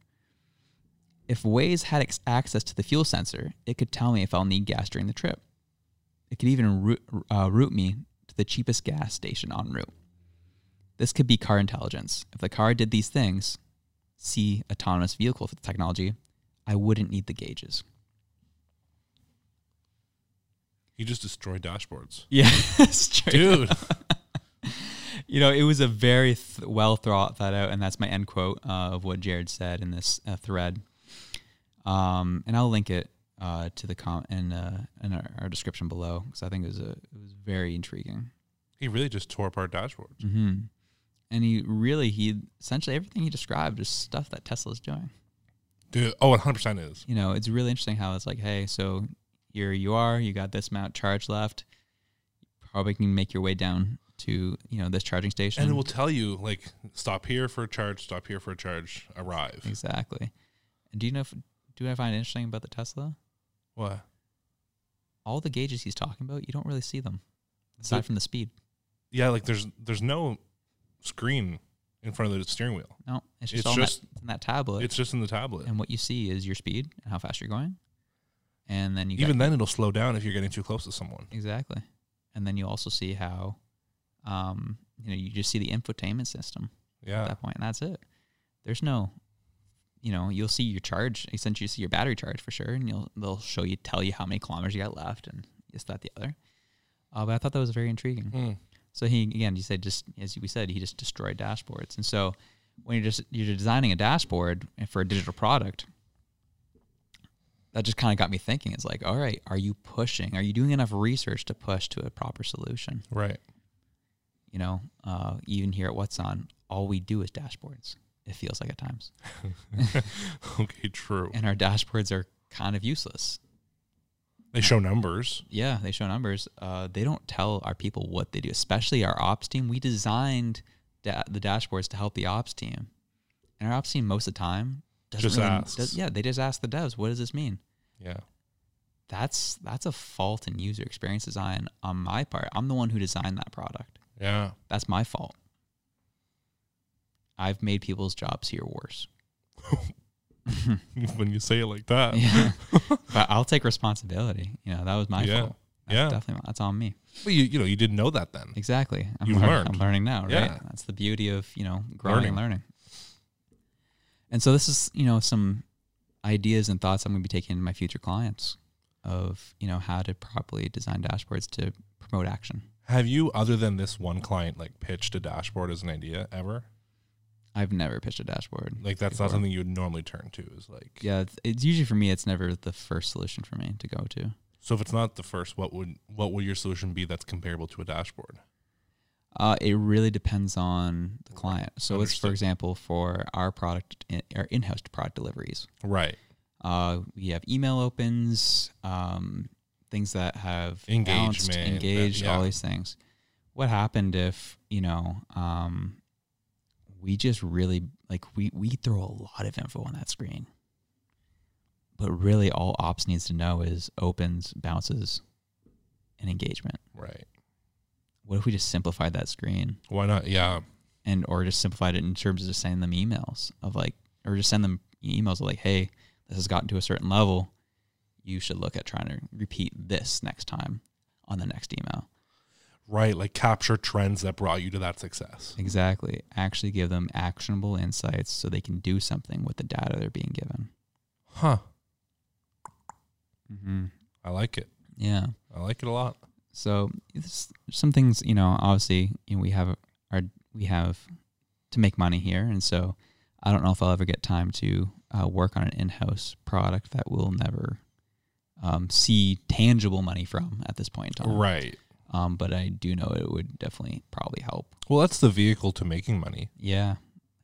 [SPEAKER 2] If Waze had ex- access to the fuel sensor, it could tell me if I'll need gas during the trip. It could even route, uh, route me to the cheapest gas station en route. This could be car intelligence. If the car did these things, see autonomous vehicle technology, I wouldn't need the gauges.
[SPEAKER 3] You just destroy dashboards,
[SPEAKER 2] Yeah, straight
[SPEAKER 3] dude.
[SPEAKER 2] you know, it was a very th- well thought that out, and that's my end quote uh, of what Jared said in this uh, thread. Um, and I'll link it uh, to the com in, uh, in our, our description below because I think it was a it was very intriguing.
[SPEAKER 3] he really just tore apart dashboards.
[SPEAKER 2] hmm And he really he essentially everything he described is stuff that Tesla's doing.
[SPEAKER 3] Dude, oh, 100% is.
[SPEAKER 2] You know, it's really interesting how it's like, hey, so here you are, you got this amount charge left, probably can make your way down to you know this charging station.
[SPEAKER 3] And it will tell you, like, stop here for a charge, stop here for a charge, arrive.
[SPEAKER 2] Exactly. And do you know? If, do you know what I find interesting about the Tesla?
[SPEAKER 3] What?
[SPEAKER 2] All the gauges he's talking about, you don't really see them aside from the speed.
[SPEAKER 3] Yeah, like, there's there's no screen in front of the steering wheel.
[SPEAKER 2] No, it's
[SPEAKER 3] It's
[SPEAKER 2] just all in that-
[SPEAKER 3] just
[SPEAKER 2] in that, in that tablet,
[SPEAKER 3] It's just in the tablet.
[SPEAKER 2] and what you see is your speed and how fast you're going, and then you
[SPEAKER 3] Even
[SPEAKER 2] got,
[SPEAKER 3] then, it'll slow down if you're getting too close to someone.
[SPEAKER 2] exactly, and then you also see how, um, you know, you just see the infotainment system at
[SPEAKER 3] Yeah.
[SPEAKER 2] that point, and that's it. There's no, you know, you'll see your charge. Essentially, you see your battery charge for sure, and you'll they'll show you, tell you how many kilometers you got left, and this, that, the other. Uh, but I thought that was very intriguing.
[SPEAKER 3] Mm.
[SPEAKER 2] So he again, he said just as we said, he just destroyed dashboards. And so when you're just you're designing a dashboard and for a digital product, that just kind of got me thinking. It's like, all right, are you pushing? Are you doing enough research to push to a proper solution?
[SPEAKER 3] Right.
[SPEAKER 2] You know, uh, even here at What's On, all we do is dashboards. It feels like at times,
[SPEAKER 3] Okay, true.
[SPEAKER 2] and our dashboards are kind of useless.
[SPEAKER 3] They show numbers.
[SPEAKER 2] Yeah, they show numbers. Uh, they don't tell our people what they do, especially our ops team. We designed da- the dashboards to help the ops team, and our ops team most of the time doesn't
[SPEAKER 3] Just
[SPEAKER 2] really,
[SPEAKER 3] asks.
[SPEAKER 2] does- yeah, they just ask the devs, "What does this mean?"
[SPEAKER 3] Yeah.
[SPEAKER 2] That's that's a fault in user experience design on my part. I'm the one who designed that product.
[SPEAKER 3] Yeah.
[SPEAKER 2] That's my fault. I've made people's jobs here worse.
[SPEAKER 3] when you say it like that.
[SPEAKER 2] Yeah. but I'll take responsibility. You know, that was my
[SPEAKER 3] Yeah.
[SPEAKER 2] fault. That's
[SPEAKER 3] Yeah.
[SPEAKER 2] definitely that's on me.
[SPEAKER 3] But you, you know, you didn't know that then.
[SPEAKER 2] Exactly. I'm
[SPEAKER 3] You've
[SPEAKER 2] learn-
[SPEAKER 3] learned.
[SPEAKER 2] I'm learning now, right?
[SPEAKER 3] Yeah.
[SPEAKER 2] That's the beauty of, you know, growing
[SPEAKER 3] Learning.
[SPEAKER 2] and learning. And so this is, you know, some ideas and thoughts I'm going to be taking to my future clients of, you know, how to properly design dashboards to promote action.
[SPEAKER 3] Have you, other than this one client, like pitched a dashboard as an idea ever?
[SPEAKER 2] I've never pitched a dashboard.
[SPEAKER 3] Like that's not
[SPEAKER 2] Before.
[SPEAKER 3] something you would normally turn to. Is like,
[SPEAKER 2] Yeah, it's, it's usually for me it's never the first solution for me to go to.
[SPEAKER 3] So if it's not the first, what would what would your solution be that's comparable to a dashboard?
[SPEAKER 2] Uh, it really depends on the client. So it's
[SPEAKER 3] Understood.
[SPEAKER 2] for example for our product in, our in-house product deliveries.
[SPEAKER 3] Right.
[SPEAKER 2] Uh, we have email opens, um, things that have bounced,
[SPEAKER 3] Engagement, that-
[SPEAKER 2] engaged,
[SPEAKER 3] yeah.
[SPEAKER 2] all these things. What happened if you know um, we just really like we we throw a lot of info on that screen, but really all ops needs to know is opens, bounces, and engagement.
[SPEAKER 3] Right.
[SPEAKER 2] What if we just simplified that screen
[SPEAKER 3] Why not? Yeah.
[SPEAKER 2] and or just simplified it in terms of just sending them emails of like or just send them emails of like hey this has gotten to a certain level you should look at trying to repeat this next time on the next email
[SPEAKER 3] Right. Like capture trends that brought you to that success.
[SPEAKER 2] exactly actually give them actionable insights so they can do something with the data they're being given
[SPEAKER 3] Huh.
[SPEAKER 2] mm-hmm.
[SPEAKER 3] I like it.
[SPEAKER 2] yeah
[SPEAKER 3] I like it a lot.
[SPEAKER 2] so it's some things you know obviously you know, we have our we have to make money here and so i don't know if i'll ever get time to uh, work on an in-house product that we'll never um, see tangible money from at this point in
[SPEAKER 3] Uh-huh.
[SPEAKER 2] time
[SPEAKER 3] Right.
[SPEAKER 2] um, but i do know it would definitely probably help
[SPEAKER 3] Well, that's the vehicle to making money.
[SPEAKER 2] yeah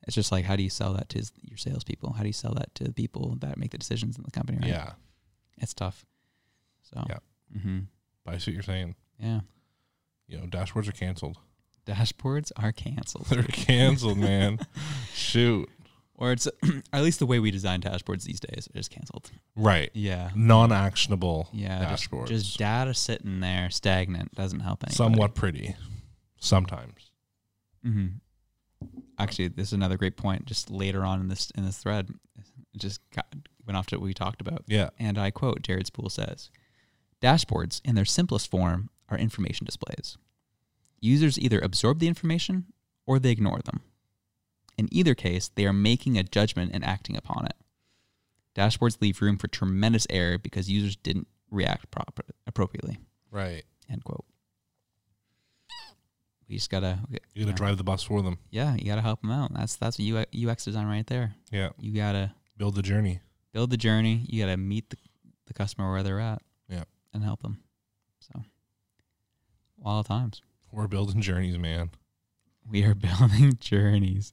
[SPEAKER 2] it's just like how do you sell that to s- your salespeople how do you sell that to the people that make the decisions in the company right
[SPEAKER 3] Yeah.
[SPEAKER 2] it's tough so
[SPEAKER 3] Yeah.
[SPEAKER 2] hmm
[SPEAKER 3] But I see what you're saying.
[SPEAKER 2] yeah
[SPEAKER 3] You know, dashboards are canceled.
[SPEAKER 2] dashboards are canceled
[SPEAKER 3] They're canceled, man. Shoot.
[SPEAKER 2] or it's or at least the way we design dashboards these days are just canceled.
[SPEAKER 3] Right.
[SPEAKER 2] Yeah,
[SPEAKER 3] Non-actionable
[SPEAKER 2] yeah. just-
[SPEAKER 3] dashboards.
[SPEAKER 2] Just, data sitting there stagnant doesn't help anybody.
[SPEAKER 3] somewhat pretty. Sometimes. Mm-hmm.
[SPEAKER 2] hmm Actually, this is another great point. Just later on in this in this thread, it just got, went off to what we talked about.
[SPEAKER 3] Yeah.
[SPEAKER 2] And I quote: Jared Spool says, "Dashboards, in their simplest form, are information displays. Users either absorb the information or they ignore them. In either case, they are making a judgment and acting upon it. Dashboards leave room for tremendous error because users didn't react proper, appropriately."
[SPEAKER 3] Right.
[SPEAKER 2] End quote. We just gotta,
[SPEAKER 3] You got to drive the bus for them.
[SPEAKER 2] yeah, you gotta help them out. That's that's U- UX design right there.
[SPEAKER 3] Yeah.
[SPEAKER 2] You gotta
[SPEAKER 3] Build the journey.
[SPEAKER 2] build the journey. You gotta meet the, the customer where they're at.
[SPEAKER 3] Yeah.
[SPEAKER 2] and help them. So, wild times.
[SPEAKER 3] We're building journeys, man.
[SPEAKER 2] We are building journeys.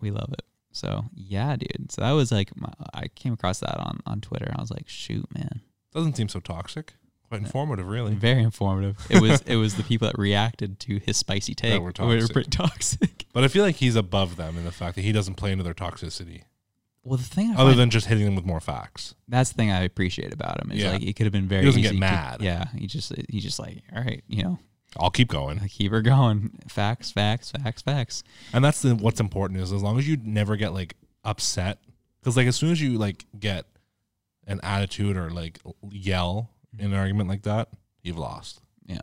[SPEAKER 2] We love it. So yeah, dude. So that was like my, I came across that on on Twitter. I was like, shoot, man,
[SPEAKER 3] Doesn't seem so toxic. Quite informative, really.
[SPEAKER 2] very informative. It was it was the people that reacted to his spicy take
[SPEAKER 3] were
[SPEAKER 2] were
[SPEAKER 3] toxic.
[SPEAKER 2] pretty toxic.
[SPEAKER 3] But I feel like he's above them in the fact that he doesn't play into their toxicity,
[SPEAKER 2] Well, the thing I
[SPEAKER 3] other
[SPEAKER 2] find-
[SPEAKER 3] than just hitting them with more facts.
[SPEAKER 2] that's the thing I appreciate about him is
[SPEAKER 3] Yeah.
[SPEAKER 2] like it could have been very.
[SPEAKER 3] doesn't
[SPEAKER 2] easy.
[SPEAKER 3] get
[SPEAKER 2] He could-
[SPEAKER 3] mad.
[SPEAKER 2] yeah, he just he just like all right, you know,
[SPEAKER 3] I'll keep going.
[SPEAKER 2] I keep her going. Facts, facts, facts, facts.
[SPEAKER 3] And that's the, what's important is as long as you never get like upset, because like as soon as you like get an attitude or like yell in an argument like that, you've lost.
[SPEAKER 2] Yeah.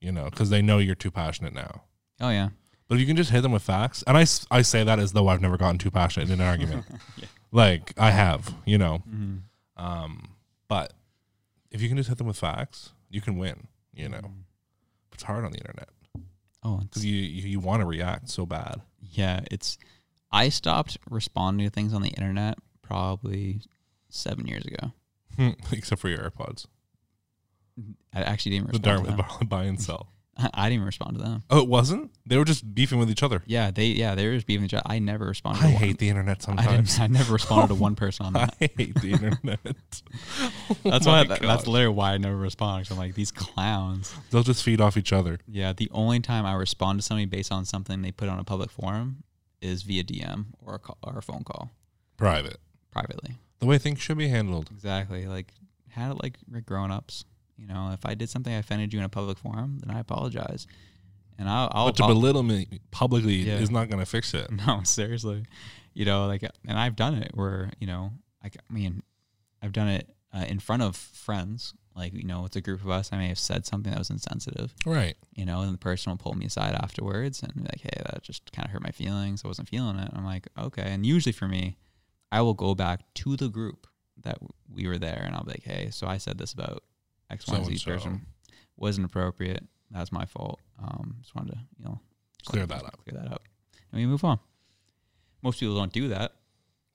[SPEAKER 3] You know, because they know you're too passionate now.
[SPEAKER 2] Oh yeah.
[SPEAKER 3] But if you can just hit them with facts, and I, s- I say that as though I've never gotten too passionate in an argument. Like I have, you know. Um, but if you can just hit them with facts, you can win, you know. It's hard on the internet
[SPEAKER 2] Oh, it's,
[SPEAKER 3] because you, you, you want to react so bad.
[SPEAKER 2] yeah. It's. I stopped responding to things on the internet probably seven years ago.
[SPEAKER 3] Except for your AirPods.
[SPEAKER 2] I actually didn't
[SPEAKER 3] The
[SPEAKER 2] respond.
[SPEAKER 3] Dartmouth
[SPEAKER 2] To them.
[SPEAKER 3] buy, buy and sell.
[SPEAKER 2] I didn't even respond to them.
[SPEAKER 3] Oh, it wasn't? They were just beefing with each other.
[SPEAKER 2] Yeah, they yeah they were just beefing each other. I never responded.
[SPEAKER 3] I
[SPEAKER 2] to one-
[SPEAKER 3] hate the internet
[SPEAKER 2] I didn't.
[SPEAKER 3] sometimes.
[SPEAKER 2] I never responded to one person on
[SPEAKER 3] I
[SPEAKER 2] that.
[SPEAKER 3] hate the internet.
[SPEAKER 2] That's
[SPEAKER 3] Oh my
[SPEAKER 2] why. that- that's
[SPEAKER 3] gosh.
[SPEAKER 2] literally why I never respond. 'cause I'm like these clowns.
[SPEAKER 3] They'll just feed off each other.
[SPEAKER 2] Yeah, the only time I respond to somebody based on something they put on a public forum is via DM or a, call, or a phone call
[SPEAKER 3] Private.
[SPEAKER 2] privately.
[SPEAKER 3] The way things should be handled.
[SPEAKER 2] Exactly. Like had it like we're grown ups. You know, if I did something I offended you in a public forum, then I apologize. And I'll, I'll,
[SPEAKER 3] But to
[SPEAKER 2] I'll-
[SPEAKER 3] belittle me publicly
[SPEAKER 2] Yeah.
[SPEAKER 3] is not going to fix it.
[SPEAKER 2] no seriously, you know, like and I've done it where you know, I, c- I mean, I've done it uh, in front of friends. Like you know, it's a group of us. I may have said something that was insensitive.
[SPEAKER 3] Right.
[SPEAKER 2] you know, and the person will pull me aside afterwards and be like, hey, that just kind of hurt my feelings. I wasn't feeling it. I'm like, okay. And usually for me, I will go back to the group that w- we were there and I'll be like, hey, so I said this about X, Y, and Z
[SPEAKER 3] So-and-so.
[SPEAKER 2] person. Wasn't appropriate. That was my fault. Um, just wanted to, you know,
[SPEAKER 3] Clear that up.
[SPEAKER 2] clear that up. And we move on. Most people don't do that.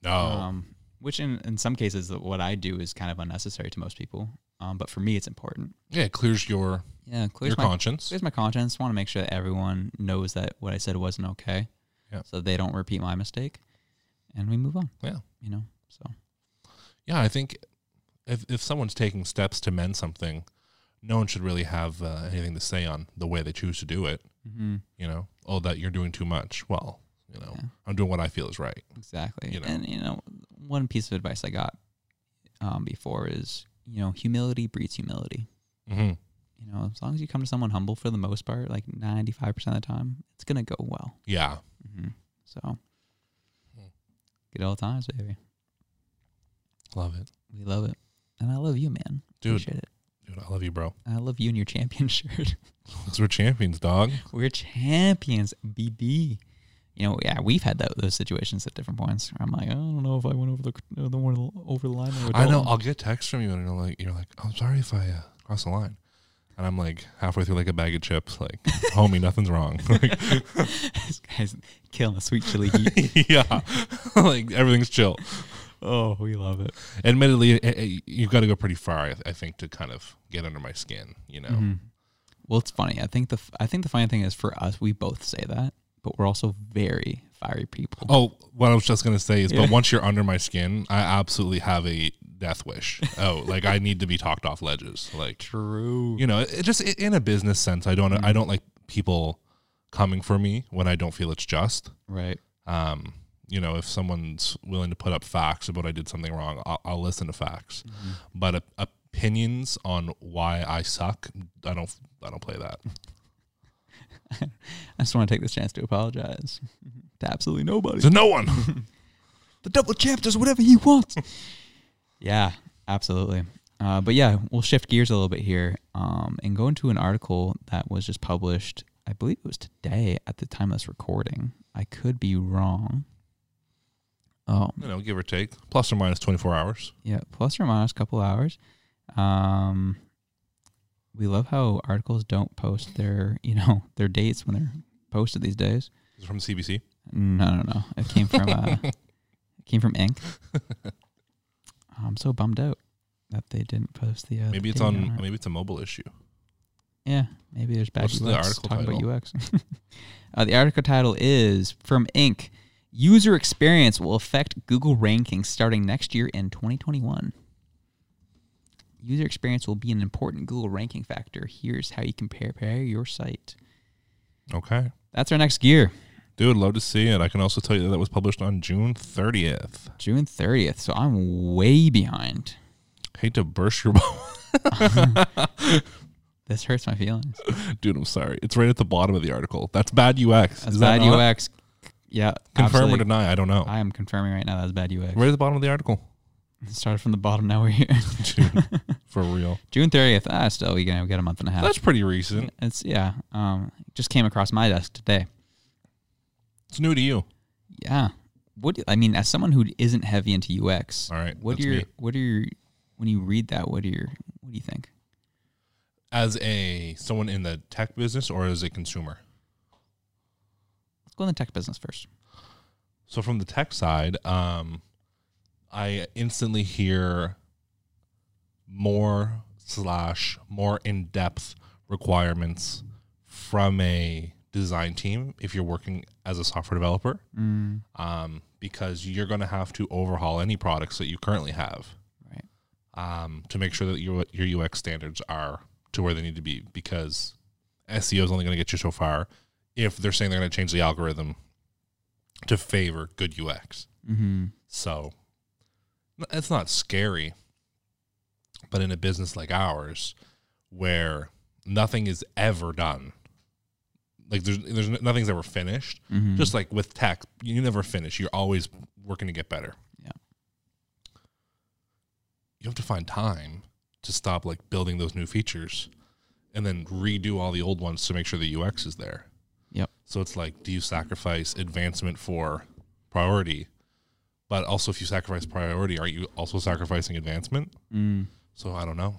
[SPEAKER 3] No.
[SPEAKER 2] Um, which in, in some cases, what I do is kind of unnecessary to most people. Um, but for me, it's important.
[SPEAKER 3] yeah, it clears your
[SPEAKER 2] Yeah, clears
[SPEAKER 3] your
[SPEAKER 2] my
[SPEAKER 3] conscience.
[SPEAKER 2] Here's my conscience. Want to make sure that everyone knows that what I said wasn't okay,
[SPEAKER 3] Yeah.
[SPEAKER 2] so they don't repeat my mistake, and we move on.
[SPEAKER 3] Yeah.
[SPEAKER 2] You know, so
[SPEAKER 3] Yeah, I think if if someone's taking steps to mend something, no one should really have uh, anything to say on the way they choose to do it. You know, oh, that you're doing too much. Well, you know,
[SPEAKER 2] Yeah.
[SPEAKER 3] I'm doing what I feel is right.
[SPEAKER 2] exactly.
[SPEAKER 3] You know.
[SPEAKER 2] And you know, one piece of advice I got um, before is you know humility breeds humility.
[SPEAKER 3] Mm-hmm.
[SPEAKER 2] You know, as long as you come to someone humble for the most part, like ninety five percent of the time, it's gonna go well.
[SPEAKER 3] Yeah,
[SPEAKER 2] hmm So good old times, baby.
[SPEAKER 3] love it,
[SPEAKER 2] We love it, and I love you, man.
[SPEAKER 3] Dude.
[SPEAKER 2] Appreciate it.
[SPEAKER 3] dude. I love you, bro.
[SPEAKER 2] I love you and your champion shirt.
[SPEAKER 3] Because we're champions, dog.
[SPEAKER 2] We're champions, BB. You know, yeah, we've had that, those situations at different points. Where I'm like, I don't know if I went over the uh, the one over the line. there with
[SPEAKER 3] I know.
[SPEAKER 2] Dalton."
[SPEAKER 3] I'll get texts from you, and you're like, you're like, I'm sorry if I uh, crossed the line. And I'm like halfway through like a bag of chips, like, homie, nothing's wrong. Like,
[SPEAKER 2] this guy's killing a sweet chili heat.
[SPEAKER 3] yeah, like everything's chill.
[SPEAKER 2] oh, we love it.
[SPEAKER 3] admittedly, i- i- you've got to go pretty far, I, th- I think, to kind of get under my skin. You know,
[SPEAKER 2] Well, it's funny. I think the f- I think the funny thing is for us, we both say that, but we're also very fiery people.
[SPEAKER 3] Oh, what I was just gonna say is,
[SPEAKER 2] Yeah.
[SPEAKER 3] but once you're under my skin, I absolutely have a death wish. Oh, like I need to be talked off ledges. Like
[SPEAKER 2] True.
[SPEAKER 3] you know, it, it just i in a business sense, I don't, I don't like people coming for me when I don't feel it's just.
[SPEAKER 2] Right.
[SPEAKER 3] Um, you know, if someone's willing to put up facts about I did something wrong, I'll, I'll listen to facts. But op- opinions on why I suck, I don't, I don't play that.
[SPEAKER 2] I just want to take this chance to apologize to absolutely nobody.
[SPEAKER 3] To no one.
[SPEAKER 2] the double champ does whatever he wants. yeah, absolutely. Uh, but yeah, we'll shift gears a little bit here um, and go into an article that was just published. I believe it was today at the time of this recording. I could be wrong. Um,
[SPEAKER 3] you know, give or take, plus or minus 24 hours.
[SPEAKER 2] yeah, plus or minus a couple hours. Um, we love how articles don't post their, you know, their dates when they're posted these days.
[SPEAKER 3] It's from CBC.
[SPEAKER 2] No, no, no. It came from uh, it came from Inc. I'm so bummed out that they didn't post the. Uh, the
[SPEAKER 3] Maybe it's
[SPEAKER 2] date
[SPEAKER 3] on.
[SPEAKER 2] it.
[SPEAKER 3] Maybe it's a mobile issue.
[SPEAKER 2] Yeah, maybe there's bad
[SPEAKER 3] What's the
[SPEAKER 2] UX.
[SPEAKER 3] article
[SPEAKER 2] talking
[SPEAKER 3] title?
[SPEAKER 2] about UX. uh, the article title is from Inc. User experience will affect Google rankings starting next year in 2021. User experience will be an important Google ranking factor. Here's how you can prepare your site.
[SPEAKER 3] Okay,
[SPEAKER 2] That's our next gear.
[SPEAKER 3] dude, love to see it. I can also tell you that that was published on June 30th.
[SPEAKER 2] June 30th, so I'm way behind.
[SPEAKER 3] Hate to burst your
[SPEAKER 2] This hurts my feelings.
[SPEAKER 3] Dude, I'm sorry. It's right at the bottom of the article. That's bad UX.
[SPEAKER 2] That's
[SPEAKER 3] Is that
[SPEAKER 2] bad
[SPEAKER 3] not-
[SPEAKER 2] UX. Yeah.
[SPEAKER 3] Confirm
[SPEAKER 2] absolutely.
[SPEAKER 3] or deny? I don't know.
[SPEAKER 2] I am confirming right now that's bad UX.
[SPEAKER 3] right at the bottom of the article.
[SPEAKER 2] Started from the bottom. Now we're here.
[SPEAKER 3] Dude, for real.
[SPEAKER 2] June 30th. Ah, still, we got, we got a month and a half.
[SPEAKER 3] That's pretty recent.
[SPEAKER 2] it's, yeah. Um, just came across my desk today.
[SPEAKER 3] It's new to you.
[SPEAKER 2] Yeah. What I mean, as someone who isn't heavy into UX,
[SPEAKER 3] All right,
[SPEAKER 2] What
[SPEAKER 3] that's
[SPEAKER 2] are your
[SPEAKER 3] me.
[SPEAKER 2] What are your when you read that? What are your What do you think?
[SPEAKER 3] As a someone in the tech business or as a consumer?
[SPEAKER 2] Let's go in the tech business first.
[SPEAKER 3] So from the tech side, um, I instantly hear more slash more in depth requirements from a design team if you're working as a software developer, um, because you're going to have to overhaul any products that you currently have
[SPEAKER 2] Right.
[SPEAKER 3] um, to make sure that your your UX standards are to where they need to be because SEO is only going to get you so far if they're saying they're going to change the algorithm to favor good UX.
[SPEAKER 2] Mm-hmm.
[SPEAKER 3] So n- it's not scary, but in a business like ours where nothing is ever done, like there's there's n- nothing's ever finished.
[SPEAKER 2] Mhm.
[SPEAKER 3] Just like with tech, you never finish. You're always working to get better.
[SPEAKER 2] Yeah.
[SPEAKER 3] You have to find time to stop like building those new features and then redo all the old ones to make sure the UX is there.
[SPEAKER 2] Yep.
[SPEAKER 3] So it's like, do you sacrifice advancement for priority? But also, if you sacrifice priority, are you also sacrificing advancement?
[SPEAKER 2] Mm.
[SPEAKER 3] So I don't know.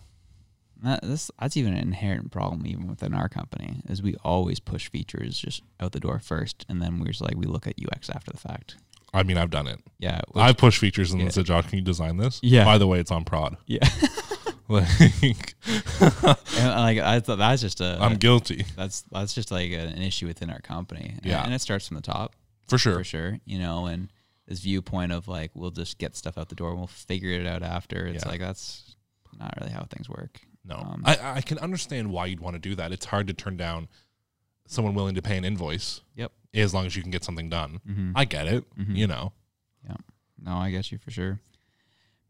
[SPEAKER 2] That, this, that's even an inherent problem even within our company is we always push features just out the door first and then we're just like we look at UX after the fact.
[SPEAKER 3] I mean, I've done it.
[SPEAKER 2] Yeah. which-
[SPEAKER 3] I've pushed features and said, Josh, can you design this?
[SPEAKER 2] Yeah.
[SPEAKER 3] By the way, it's on prod.
[SPEAKER 2] yeah.
[SPEAKER 3] Like,
[SPEAKER 2] and like I thought that's just a
[SPEAKER 3] I'm guilty
[SPEAKER 2] that's that's just like a- an issue within our company. And-
[SPEAKER 3] Yeah.
[SPEAKER 2] And, it starts from the top
[SPEAKER 3] for sure.
[SPEAKER 2] for sure, you know, and this viewpoint of like we'll just get stuff out the door and we'll figure it out after. It's
[SPEAKER 3] Yeah.
[SPEAKER 2] like that's not really how things work.
[SPEAKER 3] No,
[SPEAKER 2] Um,
[SPEAKER 3] I, I can understand why you'd want to do that. It's hard to turn down someone willing to pay an invoice
[SPEAKER 2] Yep.
[SPEAKER 3] as long as you can get something done.
[SPEAKER 2] Mm-hmm.
[SPEAKER 3] I get it. You know,
[SPEAKER 2] Yeah. No, I get you for sure.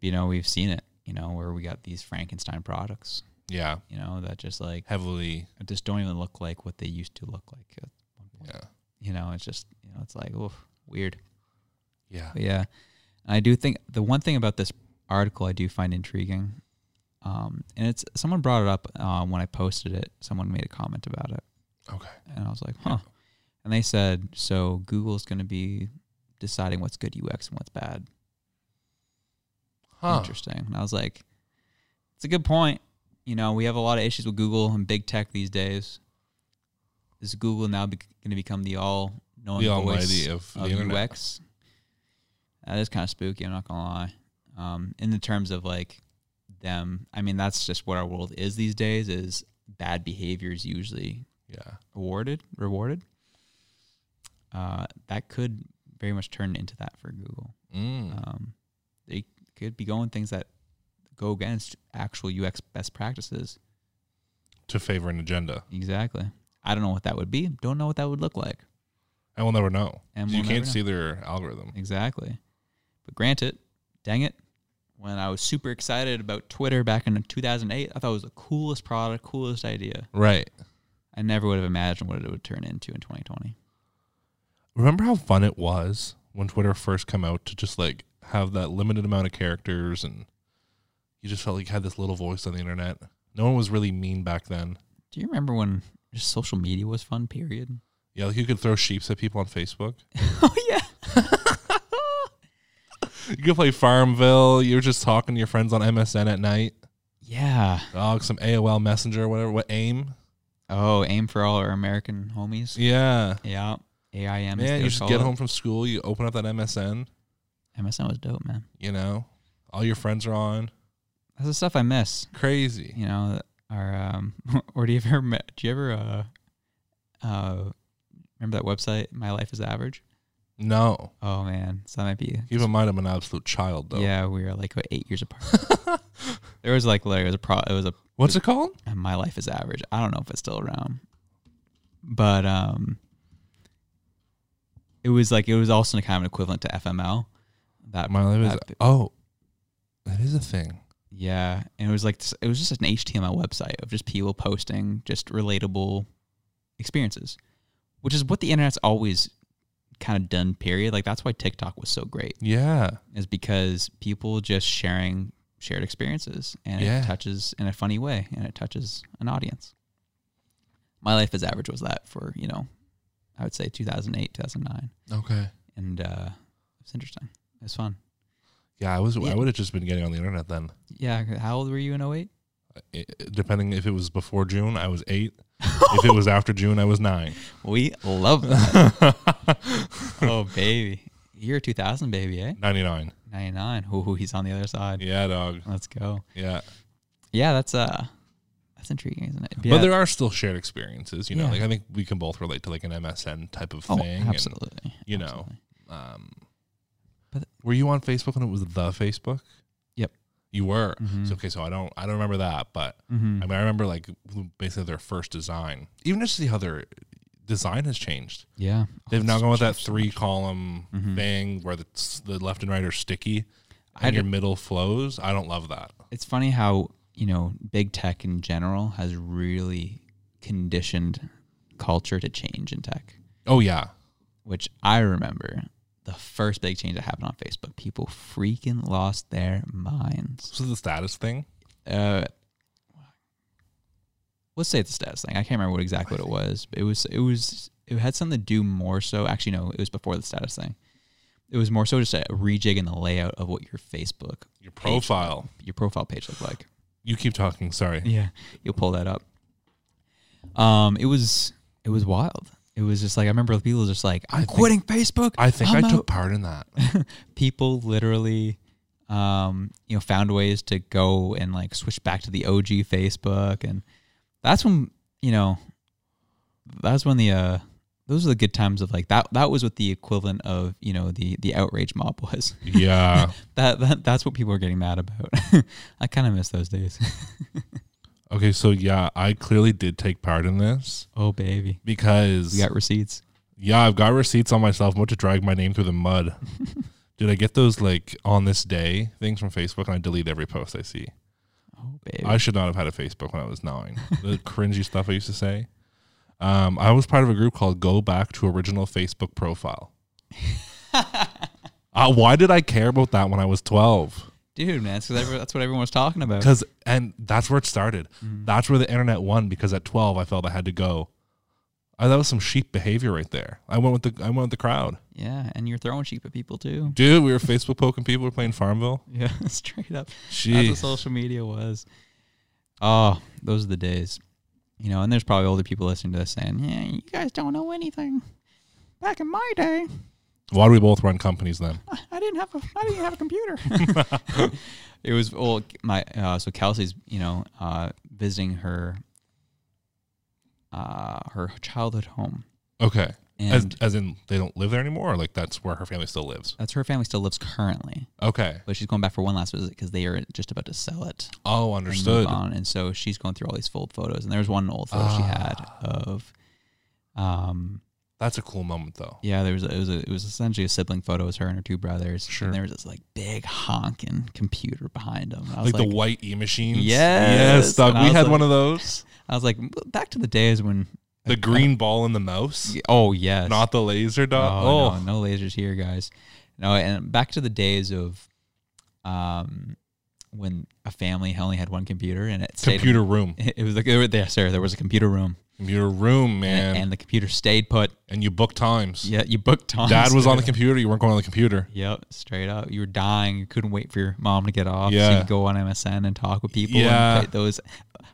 [SPEAKER 2] You know, we've seen it, you know, where we got these Frankenstein products,
[SPEAKER 3] yeah,
[SPEAKER 2] you know, that just like
[SPEAKER 3] heavily.
[SPEAKER 2] just don't even look like what they used to look like. at one point.
[SPEAKER 3] Yeah,
[SPEAKER 2] You know, it's just, you know, it's like, oof, weird.
[SPEAKER 3] yeah.
[SPEAKER 2] But yeah. And I do think the one thing about this article I do find intriguing, um, and it's someone brought it up uh, when I posted it. Someone made a comment about it.
[SPEAKER 3] Okay.
[SPEAKER 2] And I was like, huh. And they said, so Google's going to be deciding what's good UX and what's bad.
[SPEAKER 3] Huh.
[SPEAKER 2] interesting. And I was like, it's a good point. You know, we have a lot of issues with Google and big tech these days. Is Google now be- going to become the all knowing
[SPEAKER 3] The
[SPEAKER 2] voice
[SPEAKER 3] almighty of the
[SPEAKER 2] of
[SPEAKER 3] internet.
[SPEAKER 2] UX? That is kind of spooky. I'm not gonna lie. Um, in the terms of like them, I mean, that's just what our world is these days. Is bad behavior is usually
[SPEAKER 3] Yeah.
[SPEAKER 2] awarded, rewarded. Uh, that could very much turn into that for Google
[SPEAKER 3] Mm.
[SPEAKER 2] um, they could be going things that go against actual UX best practices.
[SPEAKER 3] to favor an agenda,
[SPEAKER 2] Exactly. I don't know what that would be. Don't know what that would look like.
[SPEAKER 3] and we'll never know.
[SPEAKER 2] And
[SPEAKER 3] you
[SPEAKER 2] we'll
[SPEAKER 3] can't
[SPEAKER 2] never know.
[SPEAKER 3] see their algorithm.
[SPEAKER 2] Exactly. But granted, dang it, when I was super excited about Twitter back in 2008, I thought it was the coolest product, coolest idea.
[SPEAKER 3] Right.
[SPEAKER 2] I never would have imagined what it would turn into in 2020.
[SPEAKER 3] Remember how fun it was when Twitter first came out to just like have that limited amount of characters, and you just felt like you had this little voice on the internet. No one was really mean back then.
[SPEAKER 2] Do you remember when just social media was fun, period?
[SPEAKER 3] Yeah, like you could throw sheeps at people on Facebook.
[SPEAKER 2] Oh, yeah.
[SPEAKER 3] You could play Farmville. You were just talking to your friends on MSN at night.
[SPEAKER 2] Yeah.
[SPEAKER 3] Dog, some AOL Messenger, whatever. What AIM?
[SPEAKER 2] Oh, aim for all our American homies.
[SPEAKER 3] Yeah,
[SPEAKER 2] Yeah. AIM. is
[SPEAKER 3] man.
[SPEAKER 2] they
[SPEAKER 3] You just
[SPEAKER 2] call
[SPEAKER 3] get
[SPEAKER 2] it.
[SPEAKER 3] home from school. You open up that MSN.
[SPEAKER 2] MSN was dope, man.
[SPEAKER 3] You know, all your friends are on.
[SPEAKER 2] That's the stuff I miss.
[SPEAKER 3] Crazy.
[SPEAKER 2] You know, or um, or do you ever met? Do you ever uh, uh, remember that website? My life is average.
[SPEAKER 3] No,
[SPEAKER 2] Oh man, so that might be.
[SPEAKER 3] keep in mind I'm an absolute child though.
[SPEAKER 2] Yeah, we were like what, eight years apart. there was like literally it was a pro. It was a
[SPEAKER 3] What's it called?
[SPEAKER 2] and my life is average. I don't know if it's still around, but um, it was like it was also kind of an equivalent to FML. That
[SPEAKER 3] My life is.
[SPEAKER 2] that-
[SPEAKER 3] Oh, that is a thing.
[SPEAKER 2] Yeah, and it was like it was just an HTML website of just people posting just relatable experiences, which is what the internet's always kind of done. Period. Like that's why TikTok was so great
[SPEAKER 3] Yeah.
[SPEAKER 2] is because people just sharing shared experiences and
[SPEAKER 3] Yeah.
[SPEAKER 2] it touches in a funny way and it touches an audience. My life as average was that for you know, I would say 2008, 2009,
[SPEAKER 3] Okay.
[SPEAKER 2] and uh, it's interesting. It was fun.
[SPEAKER 3] Yeah, I was.
[SPEAKER 2] Yeah.
[SPEAKER 3] I would have just been getting on the internet then.
[SPEAKER 2] Yeah, how old were you in 08?
[SPEAKER 3] It- depending if it was before June, I was eight. if it was after June, I was nine.
[SPEAKER 2] We love that. oh, baby. Year 2000, baby, eh?
[SPEAKER 3] Ninety nine.
[SPEAKER 2] 99. Ooh, he's on the other side.
[SPEAKER 3] Yeah, dog.
[SPEAKER 2] Let's go.
[SPEAKER 3] Yeah.
[SPEAKER 2] Yeah, that's uh, that's intriguing, isn't it?
[SPEAKER 3] But there are still shared experiences. You know,
[SPEAKER 2] Yeah.
[SPEAKER 3] like I think we can both relate to like an MSN type of
[SPEAKER 2] oh,
[SPEAKER 3] thing. and,
[SPEAKER 2] absolutely.
[SPEAKER 3] you know.
[SPEAKER 2] absolutely.
[SPEAKER 3] um,
[SPEAKER 2] But-
[SPEAKER 3] were you on Facebook when it was the Facebook?
[SPEAKER 2] Yep.
[SPEAKER 3] You were.
[SPEAKER 2] Mhm.
[SPEAKER 3] So, okay, so I don't. I don't remember that, but
[SPEAKER 2] Mhm.
[SPEAKER 3] I mean, I remember like basically their first design. Even just see how their design has changed.
[SPEAKER 2] Yeah.
[SPEAKER 3] They've now
[SPEAKER 2] It's
[SPEAKER 3] gone with that
[SPEAKER 2] changed so
[SPEAKER 3] three
[SPEAKER 2] much.
[SPEAKER 3] column
[SPEAKER 2] Mhm.
[SPEAKER 3] thing where the, the left and right are sticky
[SPEAKER 2] I
[SPEAKER 3] and your
[SPEAKER 2] d-
[SPEAKER 3] middle flows. I don't love that.
[SPEAKER 2] It's funny how, you know, big tech in general has really conditioned culture to change in tech,
[SPEAKER 3] Oh, yeah.
[SPEAKER 2] which I remember the first big change that happened on Facebook. People freaking lost their minds.
[SPEAKER 3] So the status thing.
[SPEAKER 2] uh, let's say it's a status thing. I can't remember what exactly what it was, but it was it was it had something to do more so. Actually, no, it was before the status thing. It was more so just a rejig in the layout of what your Facebook,
[SPEAKER 3] Your profile.
[SPEAKER 2] your profile page looked like.
[SPEAKER 3] You keep talking. Sorry.
[SPEAKER 2] Yeah, you'll pull that up. Um, it was it was wild. It was just like I remember people just like I'm quitting Facebook.
[SPEAKER 3] I think i
[SPEAKER 2] I'm
[SPEAKER 3] took
[SPEAKER 2] out."
[SPEAKER 3] part in that.
[SPEAKER 2] people literally um you know found ways to go and like switch back to the OG Facebook and that's when you know that's when the uh those are the good times of like that that was what the equivalent of you know the the outrage mob was
[SPEAKER 3] yeah.
[SPEAKER 2] that, that that's what people were getting mad about I kind of miss those days
[SPEAKER 3] Okay. So, yeah, I clearly did take part in this
[SPEAKER 2] oh baby
[SPEAKER 3] because,
[SPEAKER 2] we got receipts
[SPEAKER 3] yeah, I've got receipts on myself. I'm about to drag my name through the mud. Did I get those like on this day things from Facebook and I delete every post I see?
[SPEAKER 2] oh baby
[SPEAKER 3] I should not have had a Facebook when I was nine. the cringy stuff I used to say. Um, I was part of a group called Go Back to Original Facebook Profile. uh, why did I care about that when I was 12?
[SPEAKER 2] dude man that's, 'cause everyone- that's what everyone was talking about
[SPEAKER 3] Because, and that's where it started.
[SPEAKER 2] Mm-hmm.
[SPEAKER 3] That's where the internet won because at 12, I felt I had to go. Uh, that was some sheep behavior right there. I went with the I went with the crowd,
[SPEAKER 2] yeah and you're throwing sheep at people too
[SPEAKER 3] dude. We were Facebook poking people. We were playing Farmville.
[SPEAKER 2] yeah straight up That's
[SPEAKER 3] Jeez.
[SPEAKER 2] what social media was. Oh, those are the days. You know, and there's probably older people listening to this saying, Yeah, you guys don't know anything. Back in my day,
[SPEAKER 3] Why do we both run companies then?
[SPEAKER 2] I didn't have a I didn't have a computer. it was well my uh, so Kelsey's, you know, uh, visiting her uh, her childhood home.
[SPEAKER 3] Okay, as,
[SPEAKER 2] And
[SPEAKER 3] as in they don't live there anymore. Or like that's where her family still lives.
[SPEAKER 2] that's her family still lives currently,
[SPEAKER 3] Okay.
[SPEAKER 2] but she's going back for one last visit because they are just about to sell it.
[SPEAKER 3] Oh,
[SPEAKER 2] and move
[SPEAKER 3] understood. Ah.
[SPEAKER 2] on. And so she's going through all these old photos, and there was one old photo she had of, um,
[SPEAKER 3] That's a cool moment, though.
[SPEAKER 2] yeah, there was a, it was a, it was essentially a sibling photo. It was her and her two brothers.
[SPEAKER 3] Sure.
[SPEAKER 2] And there was this like big honking computer behind them. I was
[SPEAKER 3] Like,
[SPEAKER 2] like,
[SPEAKER 3] the white E machines.
[SPEAKER 2] Yes.
[SPEAKER 3] Yes, dog.
[SPEAKER 2] And I
[SPEAKER 3] We
[SPEAKER 2] was
[SPEAKER 3] had
[SPEAKER 2] like-
[SPEAKER 3] one of those.
[SPEAKER 2] I was like, "M- back to the days when.
[SPEAKER 3] The green ball and the mouse,
[SPEAKER 2] Oh yes.
[SPEAKER 3] not the laser dot.
[SPEAKER 2] No,
[SPEAKER 3] oh,
[SPEAKER 2] no, no lasers here, guys. No, and back to the days of, um, when a family only had one computer and it stayed.
[SPEAKER 3] computer room,
[SPEAKER 2] It was like there, sir. There was a computer room,
[SPEAKER 3] computer room, man.
[SPEAKER 2] and,
[SPEAKER 3] And,
[SPEAKER 2] and the computer stayed put.
[SPEAKER 3] you book times.
[SPEAKER 2] Yeah, you booked time.
[SPEAKER 3] Dad was on the
[SPEAKER 2] computer.
[SPEAKER 3] computer. You weren't going on the computer.
[SPEAKER 2] Yep, straight up. You were dying. You couldn't wait for your mom to get off. So you
[SPEAKER 3] Yeah.
[SPEAKER 2] could go on MSN and talk with people
[SPEAKER 3] Yeah.
[SPEAKER 2] and put those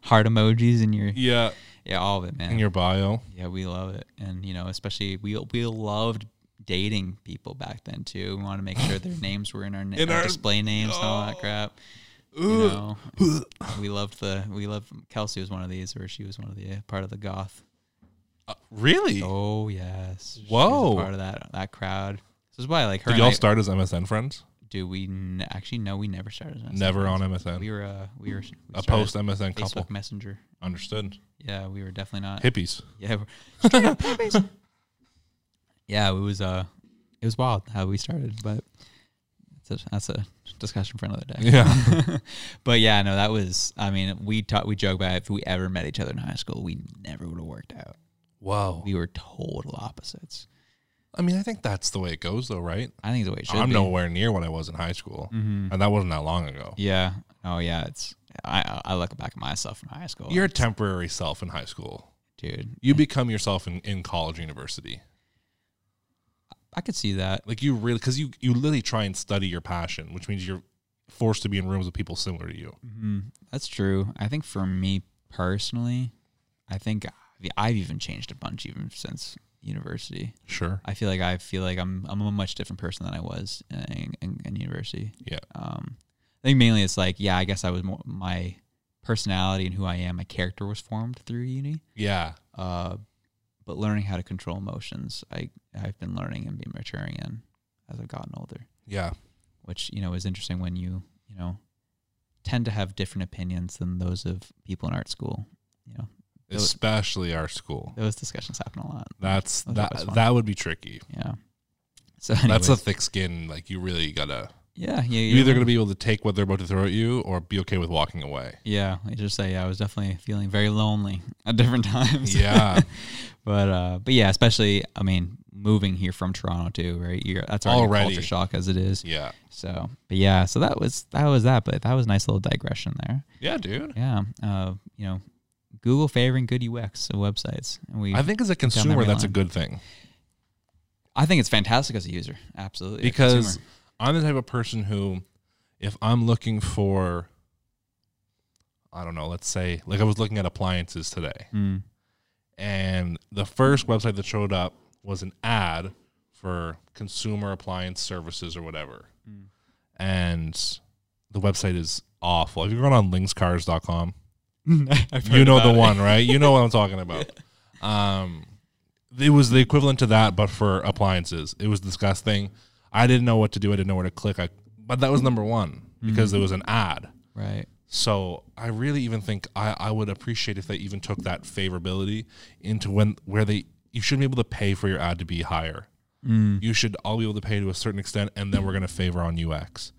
[SPEAKER 2] heart emojis in your
[SPEAKER 3] Yeah,
[SPEAKER 2] yeah, all of it, man.
[SPEAKER 3] in your bio.
[SPEAKER 2] yeah, we love it. And you know, especially we we loved dating people back then too. We wanted to make sure their names were in our, na-
[SPEAKER 3] In
[SPEAKER 2] our
[SPEAKER 3] our- Oh.
[SPEAKER 2] display names and all that crap. You know, we loved the we loved Kelsey was one of these, or she was one of the part of the goth.
[SPEAKER 3] Really?
[SPEAKER 2] Oh yes, She was a
[SPEAKER 3] Whoa.
[SPEAKER 2] part of that that crowd. This is why like her.
[SPEAKER 3] Did
[SPEAKER 2] and
[SPEAKER 3] y'all
[SPEAKER 2] I-
[SPEAKER 3] start as MSN friends?
[SPEAKER 2] Do we n- actually? No, we never started. on
[SPEAKER 3] Never on
[SPEAKER 2] Messenger.
[SPEAKER 3] MSN.
[SPEAKER 2] We were uh, we were we
[SPEAKER 3] A
[SPEAKER 2] started
[SPEAKER 3] post MSN
[SPEAKER 2] Facebook
[SPEAKER 3] couple.
[SPEAKER 2] Messenger.
[SPEAKER 3] Understood.
[SPEAKER 2] Yeah, we were definitely not.
[SPEAKER 3] Hippies.
[SPEAKER 2] Yeah, we're, Straight up hippies. yeah, it was uh, it was wild how we started, but So that's a discussion for another day.
[SPEAKER 3] Yeah.
[SPEAKER 2] But yeah, no, that was. I mean, we talk, we joke about if we ever met each other in high school, we never would have worked out.
[SPEAKER 3] Whoa.
[SPEAKER 2] We were total opposites.
[SPEAKER 3] I mean, I think that's the way it goes, though, right?
[SPEAKER 2] I think it's the way it should
[SPEAKER 3] I'm
[SPEAKER 2] be.
[SPEAKER 3] nowhere near what I was in high school, and that wasn't that long ago.
[SPEAKER 2] Yeah. Oh yeah. It's. I I look back at myself from high school.
[SPEAKER 3] You're a temporary self in high school.
[SPEAKER 2] dude.
[SPEAKER 3] You become yourself in, in college, university.
[SPEAKER 2] I could see that.
[SPEAKER 3] Like you really, because you you literally try and study your passion, which means you're forced to be in rooms with people similar to you.
[SPEAKER 2] Mm. That's true. I think for me personally, I think I- I've even changed a bunch even since university.
[SPEAKER 3] Sure.
[SPEAKER 2] I feel like I feel like I'm I'm a much different person than I was in, in, in university.
[SPEAKER 3] Yeah.
[SPEAKER 2] Um, I think mainly it's like yeah, I guess I was more my personality and who I am, my character was formed through uni.
[SPEAKER 3] Yeah.
[SPEAKER 2] Uh, but learning how to control emotions, I I've been learning and been maturing in as I've gotten older
[SPEAKER 3] Yeah.
[SPEAKER 2] which you know is interesting when you you know tend to have different opinions than those of people in art school. You know, Those-
[SPEAKER 3] Especially our school.
[SPEAKER 2] those discussions happen a lot.
[SPEAKER 3] That's
[SPEAKER 2] Those are
[SPEAKER 3] that.
[SPEAKER 2] always fun.
[SPEAKER 3] That would be tricky.
[SPEAKER 2] Yeah. So
[SPEAKER 3] That's a
[SPEAKER 2] anyways,
[SPEAKER 3] thick skin. Like you really gotta.
[SPEAKER 2] yeah, yeah.
[SPEAKER 3] You're either gonna be able to take what they're about to throw at you, or be okay with walking away.
[SPEAKER 2] yeah. I just say I was definitely feeling very lonely at different times.
[SPEAKER 3] Yeah.
[SPEAKER 2] but uh, but yeah, especially I mean moving here from Toronto too, right? You're, that's already, a
[SPEAKER 3] Already.
[SPEAKER 2] culture shock as it is.
[SPEAKER 3] yeah.
[SPEAKER 2] So but yeah, so that was that was that. But that was a nice little digression there.
[SPEAKER 3] Yeah, dude.
[SPEAKER 2] Yeah. Uh, you know, Google favoring good UX of websites, and we
[SPEAKER 3] I think as a consumer,
[SPEAKER 2] memory
[SPEAKER 3] that's a
[SPEAKER 2] lane.
[SPEAKER 3] good thing
[SPEAKER 2] I think it's fantastic as a user. Absolutely. a
[SPEAKER 3] because
[SPEAKER 2] consumer.
[SPEAKER 3] I'm the type of person who, if I'm looking for, I don't know, let's say, like I was looking at appliances today,
[SPEAKER 2] Mm.
[SPEAKER 3] and the first website that showed up was an ad for consumer appliance services or whatever. And the website is awful. If you're going on linkscars.com, you know the one, right? You know what I'm talking about. Um, it was the equivalent to that, but for appliances. It was disgusting. I didn't know what to do. I didn't know where to click. I, but that was number one because there was an ad.
[SPEAKER 2] right.
[SPEAKER 3] So I really even think I, I would appreciate if they even took that favorability into when where they you shouldn't be able to pay for your ad to be higher. You should all be able to pay to a certain extent, and then we're going to favor on UX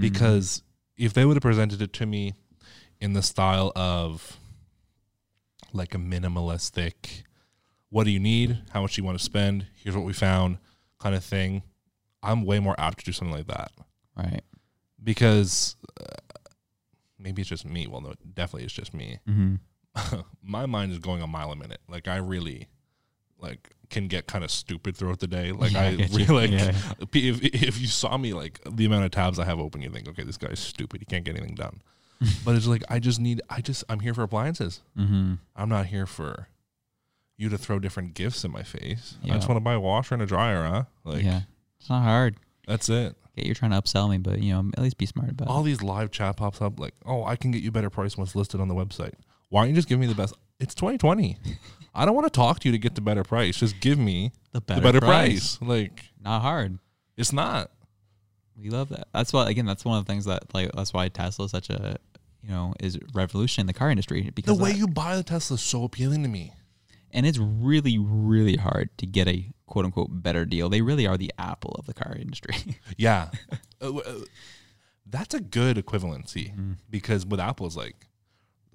[SPEAKER 3] because if they would have presented it to me in the style of like a minimalistic, what do you need, how much do you want to spend, here's what we found, kind of thing, I'm way more apt to do something like that
[SPEAKER 2] Right.
[SPEAKER 3] because uh, maybe it's just me. Well, no, it definitely it's just me.
[SPEAKER 2] Mm-hmm.
[SPEAKER 3] My mind is going a mile a minute. Like I really like can get kind of stupid throughout the day. Like
[SPEAKER 2] Yeah, I
[SPEAKER 3] I,
[SPEAKER 2] get you.
[SPEAKER 3] really like
[SPEAKER 2] Yeah.
[SPEAKER 3] if if you saw me like the amount of tabs I have open, you think, okay, this guy's stupid. He can't get anything done. but it's like I just need. I just I'm here for appliances.
[SPEAKER 2] Mm-hmm.
[SPEAKER 3] I'm not here for you to throw different gifts in my face. I
[SPEAKER 2] Yeah.
[SPEAKER 3] just want to buy a washer and a dryer, huh? Like
[SPEAKER 2] yeah. It's not hard.
[SPEAKER 3] that's it.
[SPEAKER 2] Okay, you're trying to upsell me, but you know, at least be smart about
[SPEAKER 3] all these live chat pops up like, oh, I can get you better price once listed on the website. Why don't you just give me the best? It's 2020. I don't want to talk to you to get the better price. Just give me
[SPEAKER 2] it. The
[SPEAKER 3] the better price. Like,
[SPEAKER 2] Not hard.
[SPEAKER 3] it's not.
[SPEAKER 2] We love that. That's why again, that's one of the things that like that's why Tesla is such a you know, is revolution in the car industry
[SPEAKER 3] The
[SPEAKER 2] because
[SPEAKER 3] way
[SPEAKER 2] that-
[SPEAKER 3] you buy the Tesla is so appealing to me.
[SPEAKER 2] and it's really, really hard to get a quote unquote better deal. They really are the apple of the car industry.
[SPEAKER 3] Yeah. Uh, w- uh, Mm. That's a good equivalency because with Apple, it's like,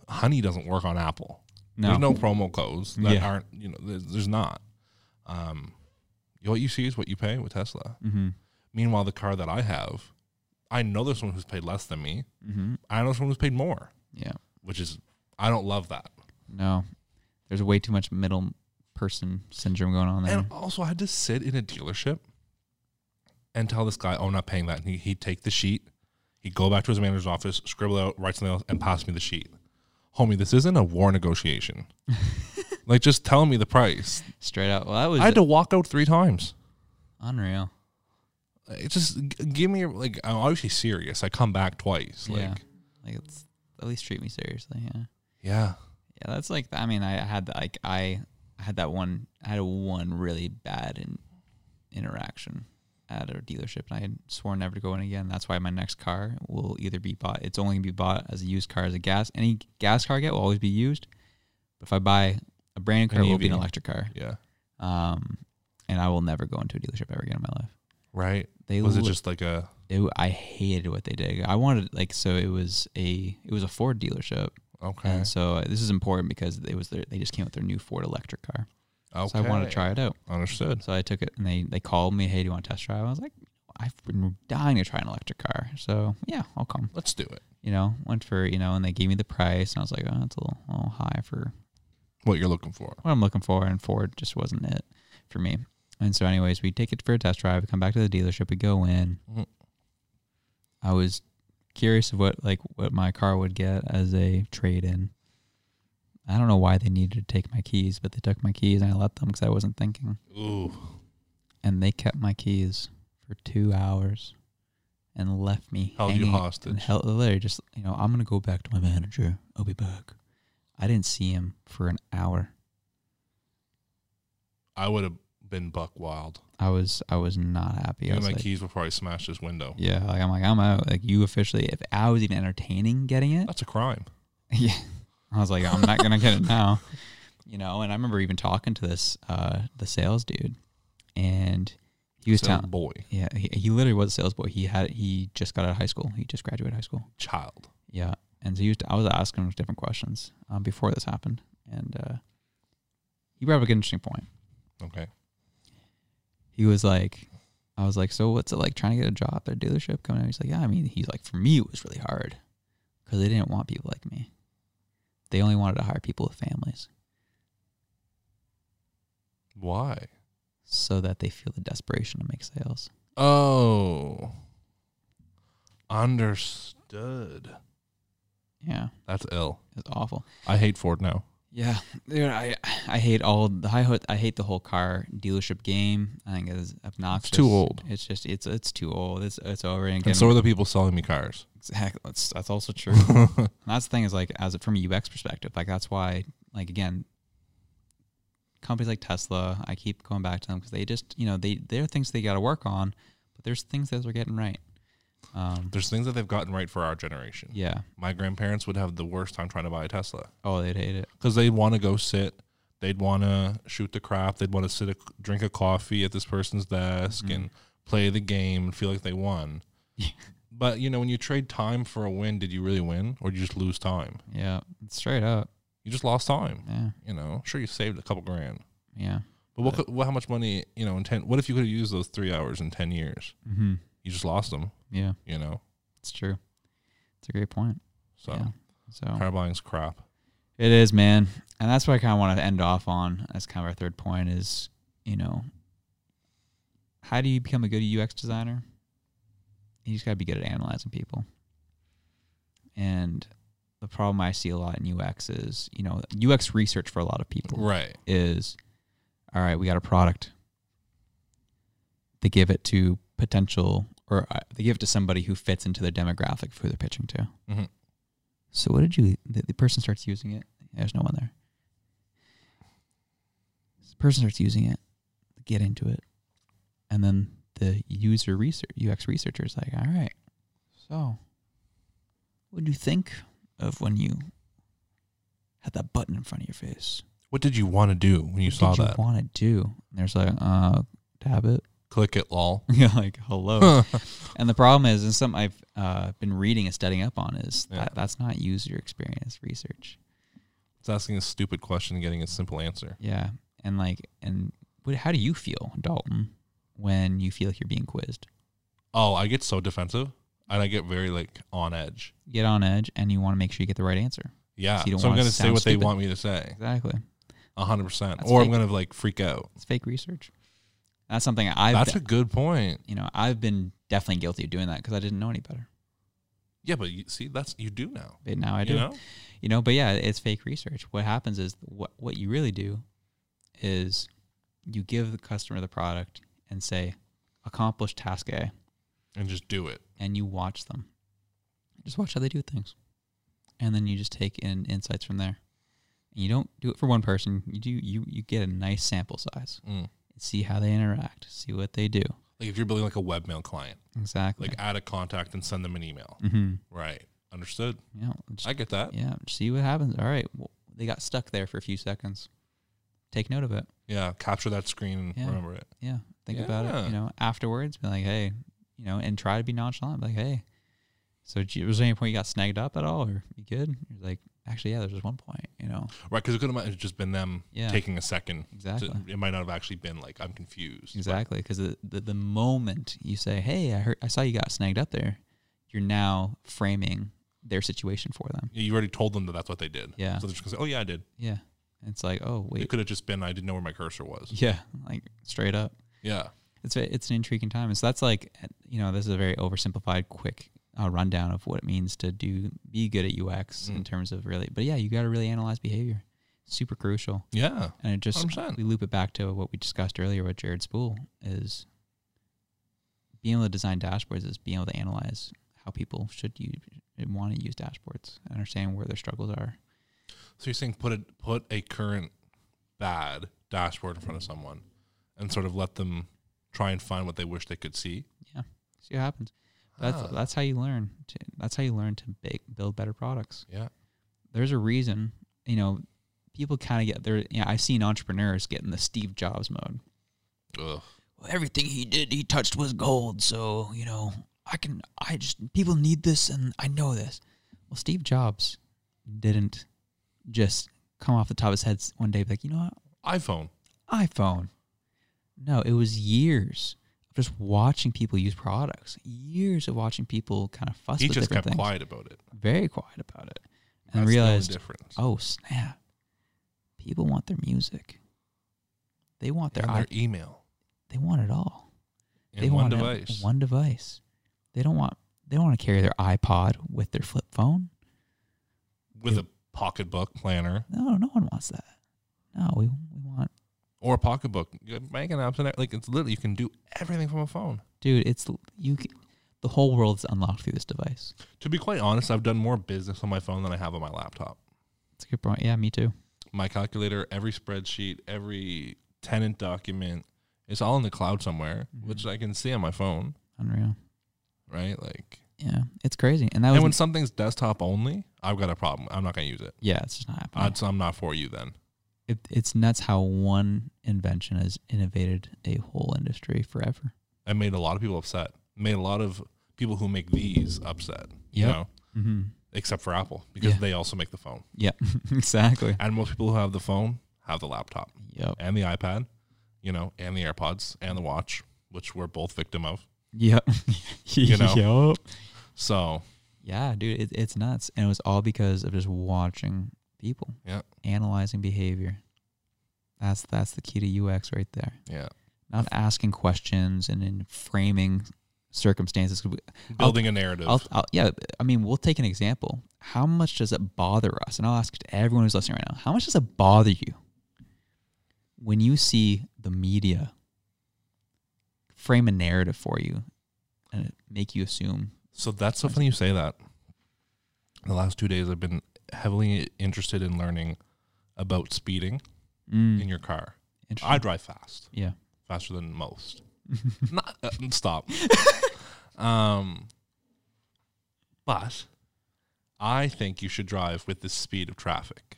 [SPEAKER 3] honey doesn't work on Apple.
[SPEAKER 2] No.
[SPEAKER 3] There's no promo codes that
[SPEAKER 2] Yeah.
[SPEAKER 3] aren't, you know, there's, there's not. Um, what you see is what you pay with Tesla.
[SPEAKER 2] mm-hmm.
[SPEAKER 3] Meanwhile, the car that I have, I know there's someone who's paid less than me.
[SPEAKER 2] Mm-hmm.
[SPEAKER 3] I know someone who's paid more,
[SPEAKER 2] Yeah.
[SPEAKER 3] which is I don't love that.
[SPEAKER 2] No, there's way too much middle person syndrome going on there.
[SPEAKER 3] And also, I had to sit in a dealership and tell this guy, "Oh, I'm not paying that." And he, he'd take the sheet, he'd go back to his manager's office, scribble out, write something else, and pass me the sheet. Homie, this isn't a war negotiation. like, just tell me the price.
[SPEAKER 2] Straight up. Well, that was
[SPEAKER 3] I had to walk out three times.
[SPEAKER 2] unreal.
[SPEAKER 3] It just g- give me like I'm obviously serious. I come back twice. Like,
[SPEAKER 2] yeah. Like it's at least treat me seriously. Yeah.
[SPEAKER 3] yeah.
[SPEAKER 2] Yeah. That's like I mean I had the, like I I had that one I had one really bad in, interaction at a dealership and I had sworn never to go in again. That's why my next car will either be bought. It's only gonna be bought as a used car as a gas. Any gas car I get will always be used. But if I buy a brand new car,
[SPEAKER 3] An E
[SPEAKER 2] it will be an
[SPEAKER 3] EV.
[SPEAKER 2] electric car.
[SPEAKER 3] yeah.
[SPEAKER 2] Um, and I will never go into a dealership ever again in my life.
[SPEAKER 3] Right.
[SPEAKER 2] They
[SPEAKER 3] was it
[SPEAKER 2] li-
[SPEAKER 3] just like a
[SPEAKER 2] it, I hated what they did. I wanted like so it was a it was a Ford dealership,
[SPEAKER 3] Okay.
[SPEAKER 2] and so uh, this is important because it was their, they just came out with their new Ford electric car.
[SPEAKER 3] okay.
[SPEAKER 2] So I wanted to try it out.
[SPEAKER 3] Understood.
[SPEAKER 2] So I took it and they they called me, hey, do you want to test drive? I was like, I've been dying to try an electric car, so yeah, I'll come.
[SPEAKER 3] Let's do it.
[SPEAKER 2] You know, went for you know, and they gave me the price, and I was like, oh, that's a little, little high for
[SPEAKER 3] What you're looking for.
[SPEAKER 2] what I'm looking for, and Ford just wasn't it for me. And so, anyways, we take it for a test drive. We come back to the dealership. We go in.
[SPEAKER 3] Mhm.
[SPEAKER 2] I was curious of what like what my car would get as a trade in. I don't know why they needed to take my keys, but they took my keys and I let them because I wasn't thinking.
[SPEAKER 3] Ooh.
[SPEAKER 2] And they kept my keys for two hours and left me.
[SPEAKER 3] Held you
[SPEAKER 2] hanging And
[SPEAKER 3] hostage.
[SPEAKER 2] held, literally just you know I'm gonna go back to my manager. I'll be back. I didn't see him for an hour.
[SPEAKER 3] I would have been buck wild.
[SPEAKER 2] I was I was not happy. I
[SPEAKER 3] Even
[SPEAKER 2] was
[SPEAKER 3] my
[SPEAKER 2] like,
[SPEAKER 3] keys before I smashed this window.
[SPEAKER 2] yeah, like I'm like I'm out. Like you officially, if I was even entertaining getting it,
[SPEAKER 3] That's a crime.
[SPEAKER 2] yeah, I was like I'm not gonna get it now, you know. And I remember even talking to this uh the sales dude, and he was
[SPEAKER 3] Sales
[SPEAKER 2] telling,
[SPEAKER 3] boy,
[SPEAKER 2] yeah, he, he literally was a sales boy. He had he just got out of high school. He just graduated high school.
[SPEAKER 3] child.
[SPEAKER 2] Yeah, and so he was, I was asking him different questions um, before this happened, and uh, he brought up an interesting point.
[SPEAKER 3] Okay.
[SPEAKER 2] he was like, I was like, so what's it like trying to get a job at a dealership? Coming out, he's like, yeah, I mean, he's like, for me, it was really hard because they didn't want people like me. They only wanted to hire people with families
[SPEAKER 3] Why?
[SPEAKER 2] so that they feel the desperation to make sales.
[SPEAKER 3] Oh. Understood.
[SPEAKER 2] Yeah,
[SPEAKER 3] That's ill.
[SPEAKER 2] it's awful.
[SPEAKER 3] I hate Ford now.
[SPEAKER 2] Yeah, dude, I I hate all the I, ho- I hate the whole car dealership game. I think it's obnoxious.
[SPEAKER 3] too old.
[SPEAKER 2] It's just it's it's too old. It's it's over and,
[SPEAKER 3] And so are the people selling me cars.
[SPEAKER 2] Exactly. That's, that's also true. and that's the thing is like as a, from a UX perspective, like that's why like again, companies like Tesla, I keep going back to them because they just you know they there are things they got to work on, but there's things that they're getting right. Um,
[SPEAKER 3] There's things that they've gotten right for our generation.
[SPEAKER 2] yeah.
[SPEAKER 3] My grandparents would have the worst time trying to buy a Tesla
[SPEAKER 2] Oh, they'd hate it.
[SPEAKER 3] because they'd want to go sit, they'd want to shoot the crap, they'd want to sit, a, drink a coffee at this person's desk
[SPEAKER 2] Mm.
[SPEAKER 3] and play the game and feel like they won. but you know, when you trade time for a win, did you really win or did you just lose time?
[SPEAKER 2] Yeah, straight up.
[SPEAKER 3] You just lost time.
[SPEAKER 2] Yeah,
[SPEAKER 3] You know, sure you saved a couple grand,
[SPEAKER 2] yeah.
[SPEAKER 3] but what, could, what how much money? You know, in ten, what if you could have used those three hours in ten years?
[SPEAKER 2] Mm-hmm.
[SPEAKER 3] You just lost them.
[SPEAKER 2] Yeah,
[SPEAKER 3] You know,
[SPEAKER 2] it's true. It's a great point.
[SPEAKER 3] so
[SPEAKER 2] Yeah. So
[SPEAKER 3] car buying's crap.
[SPEAKER 2] It is, man. And that's what I kind of want to end off on as kind of our third point is, you know, how do you become a good UX designer? You just got to be good at analyzing people. And the problem I see a lot in UX is, you know, UX research for a lot of people
[SPEAKER 3] Right.
[SPEAKER 2] is all right, we got a product. They give it to potential, or uh, they give it to somebody who fits into their demographic of who they're pitching to.
[SPEAKER 3] Mhm.
[SPEAKER 2] So, what did you? The, the person starts using it. There's no one there. The person starts using it. They get into it, and then the user research UX researcher is like, "All right, so what do you think of when you had that button in front of your face?"
[SPEAKER 3] What did you want to do when you
[SPEAKER 2] what
[SPEAKER 3] saw
[SPEAKER 2] did
[SPEAKER 3] that?
[SPEAKER 2] you want to do? And there's like, uh, tab it.
[SPEAKER 3] Click it, lol.
[SPEAKER 2] Yeah, like hello. and the problem is, and something I've uh, been reading and studying up on is
[SPEAKER 3] Yeah.
[SPEAKER 2] that that's not user experience research.
[SPEAKER 3] It's asking a stupid question and getting a simple answer.
[SPEAKER 2] Yeah, and like, and what, how do you feel, Dalton, when you feel like you're being quizzed?
[SPEAKER 3] Oh, I get so defensive and I get very like on edge.
[SPEAKER 2] You Get on edge, and you want to make sure you get the right answer.
[SPEAKER 3] Yeah.
[SPEAKER 2] you don't
[SPEAKER 3] So I'm
[SPEAKER 2] wanna
[SPEAKER 3] going to say
[SPEAKER 2] sound
[SPEAKER 3] what they
[SPEAKER 2] stupid.
[SPEAKER 3] want me to say
[SPEAKER 2] Exactly.
[SPEAKER 3] 100%.
[SPEAKER 2] That's
[SPEAKER 3] or
[SPEAKER 2] fake.
[SPEAKER 3] I'm going to like freak out.
[SPEAKER 2] It's fake research. That's something I've
[SPEAKER 3] That's
[SPEAKER 2] been-
[SPEAKER 3] a good point.
[SPEAKER 2] you know I've been definitely guilty of doing that because I didn't know any better.
[SPEAKER 3] Yeah, but you see, that's you do now.
[SPEAKER 2] But now I do.
[SPEAKER 3] You know?
[SPEAKER 2] you know but yeah it's fake research what happens is what what you really do is you give the customer the product and say accomplish task a
[SPEAKER 3] And just do it.
[SPEAKER 2] and you watch them just watch how they do things and then you just take in insights from there and you don't do it for one person you do you you get a nice sample size
[SPEAKER 3] Mm.
[SPEAKER 2] see how they interact see what they do
[SPEAKER 3] Like if you're building like a webmail client,
[SPEAKER 2] exactly
[SPEAKER 3] like add a contact and send them an email.
[SPEAKER 2] mm-hmm.
[SPEAKER 3] Right. Understood.
[SPEAKER 2] yeah just,
[SPEAKER 3] I get that.
[SPEAKER 2] yeah just see what happens all right well, they got stuck there for a few seconds take note of it
[SPEAKER 3] Yeah. Capture that screen and
[SPEAKER 2] Yeah.
[SPEAKER 3] remember it.
[SPEAKER 2] Yeah, think about it.
[SPEAKER 3] Yeah.
[SPEAKER 2] You know, afterwards, be like, hey, you know, and try to be nonchalant. Like, hey, so gee, was there any point you got snagged up at all, or you good? You're like, actually, yeah, there's just one point, you know.
[SPEAKER 3] Right, because it could have just been them
[SPEAKER 2] Yeah.
[SPEAKER 3] taking a second. to-
[SPEAKER 2] Exactly.
[SPEAKER 3] it might not have actually been like I'm confused.
[SPEAKER 2] Exactly, because the, the the moment you say, "Hey, I heard, I saw you got snagged up there," you're now framing their situation for them.
[SPEAKER 3] You already told them that that's what they did.
[SPEAKER 2] Yeah.
[SPEAKER 3] So they're just gonna say, "Oh yeah, I did."
[SPEAKER 2] Yeah, And it's like, oh
[SPEAKER 3] It
[SPEAKER 2] wait,
[SPEAKER 3] could have just been I didn't know where my cursor was.
[SPEAKER 2] yeah, like straight up.
[SPEAKER 3] Yeah.
[SPEAKER 2] It's a, it's an intriguing time, and so that's like, you know, this is a very oversimplified, quick uh, rundown of what it means to do be good at UX in terms of really, but yeah, you got to really analyze behavior. Super crucial.
[SPEAKER 3] Yeah.
[SPEAKER 2] And it just
[SPEAKER 3] 100%.
[SPEAKER 2] we loop it back to what we discussed earlier with Jared Spool is being able to design dashboards is being able to analyze how people should use want to use dashboards and understand where their struggles are.
[SPEAKER 3] So you're saying put a put a current bad dashboard in front of someone, and sort of let them try and find what they wish they could see.
[SPEAKER 2] Yeah. See what happens. That's
[SPEAKER 3] Huh.
[SPEAKER 2] that's how you learn. To, that's how you learn to bake, build better products.
[SPEAKER 3] Yeah.
[SPEAKER 2] There's a reason, you know, people kind of get there. You know, I've seen entrepreneurs get in the Steve Jobs mode.
[SPEAKER 3] Ugh.
[SPEAKER 2] well, everything he did, he touched was gold. So you know, I can, I just people need this, and I know this. Well, Steve Jobs didn't just come off the top of his head one day, be like, you know
[SPEAKER 3] iPhone.
[SPEAKER 2] what, iPhone. No, it was years of just watching people use products, years of watching people kind of fuss
[SPEAKER 3] he
[SPEAKER 2] with
[SPEAKER 3] just
[SPEAKER 2] different things,
[SPEAKER 3] kept quiet about it.
[SPEAKER 2] very quiet about it,
[SPEAKER 3] That's
[SPEAKER 2] and
[SPEAKER 3] the only
[SPEAKER 2] realized,
[SPEAKER 3] difference.
[SPEAKER 2] oh snap, people want their music, they want their,
[SPEAKER 3] And
[SPEAKER 2] i-
[SPEAKER 3] their email.
[SPEAKER 2] they want it all
[SPEAKER 3] In
[SPEAKER 2] they
[SPEAKER 3] one
[SPEAKER 2] want it-
[SPEAKER 3] device.
[SPEAKER 2] One device. They don't want. They don't want to carry their iPod with their flip phone.
[SPEAKER 3] with a pocketbook planner
[SPEAKER 2] No, no one wants that. No, we we want,
[SPEAKER 3] or a pocketbook. Your Banking apps and that- like it's literally you can do everything from a phone.
[SPEAKER 2] dude. It's you. c- The whole world's unlocked through this device.
[SPEAKER 3] To be quite honest, I've done more business on my phone than I have on my laptop.
[SPEAKER 2] It's a good point. Yeah, me too.
[SPEAKER 3] My calculator, every spreadsheet, every tenant document, it's all in the cloud somewhere, which I can see on my phone,
[SPEAKER 2] Unreal.
[SPEAKER 3] right? Like,
[SPEAKER 2] Yeah, it's crazy. And that
[SPEAKER 3] and
[SPEAKER 2] was
[SPEAKER 3] when something's desktop only, I've got a problem. I'm not gonna use it.
[SPEAKER 2] yeah. It's just not happening.
[SPEAKER 3] I'd, so I'm not for you then.
[SPEAKER 2] it, it's nuts how one invention has innovated a whole industry forever.
[SPEAKER 3] I made a lot of people upset. Made a lot of people who make these upset. You
[SPEAKER 2] Yep.
[SPEAKER 3] know,
[SPEAKER 2] Mm-hmm.
[SPEAKER 3] except for Apple because
[SPEAKER 2] Yeah.
[SPEAKER 3] they also make the phone.
[SPEAKER 2] Yeah, exactly.
[SPEAKER 3] And most people who have the phone have the laptop
[SPEAKER 2] Yep.
[SPEAKER 3] and the iPad, you know, and the AirPods and the watch, which we're both victim of.
[SPEAKER 2] Yep.
[SPEAKER 3] You know?
[SPEAKER 2] Yup.
[SPEAKER 3] So
[SPEAKER 2] Yeah, dude, it, it's nuts, and it was all because of just watching people,
[SPEAKER 3] Yeah.
[SPEAKER 2] analyzing behavior. That's that's the key to UX right there.
[SPEAKER 3] yeah,
[SPEAKER 2] Not asking questions and then framing circumstances. 'Cause we-
[SPEAKER 3] building a narrative.
[SPEAKER 2] I'll, I'll, yeah, I mean, we'll take an example. How much does it bother us? And I'll ask to everyone who's listening right now: How much does it bother you when you see the media frame a narrative for you and make you assume?
[SPEAKER 3] so that's so funny you say that. The last two days, I've been heavily interested in learning about speeding
[SPEAKER 2] Mm,
[SPEAKER 3] in your car.
[SPEAKER 2] interesting.
[SPEAKER 3] I drive fast,
[SPEAKER 2] yeah.
[SPEAKER 3] faster than most. Not uh, stop. um, but I think you should drive with the speed of traffic.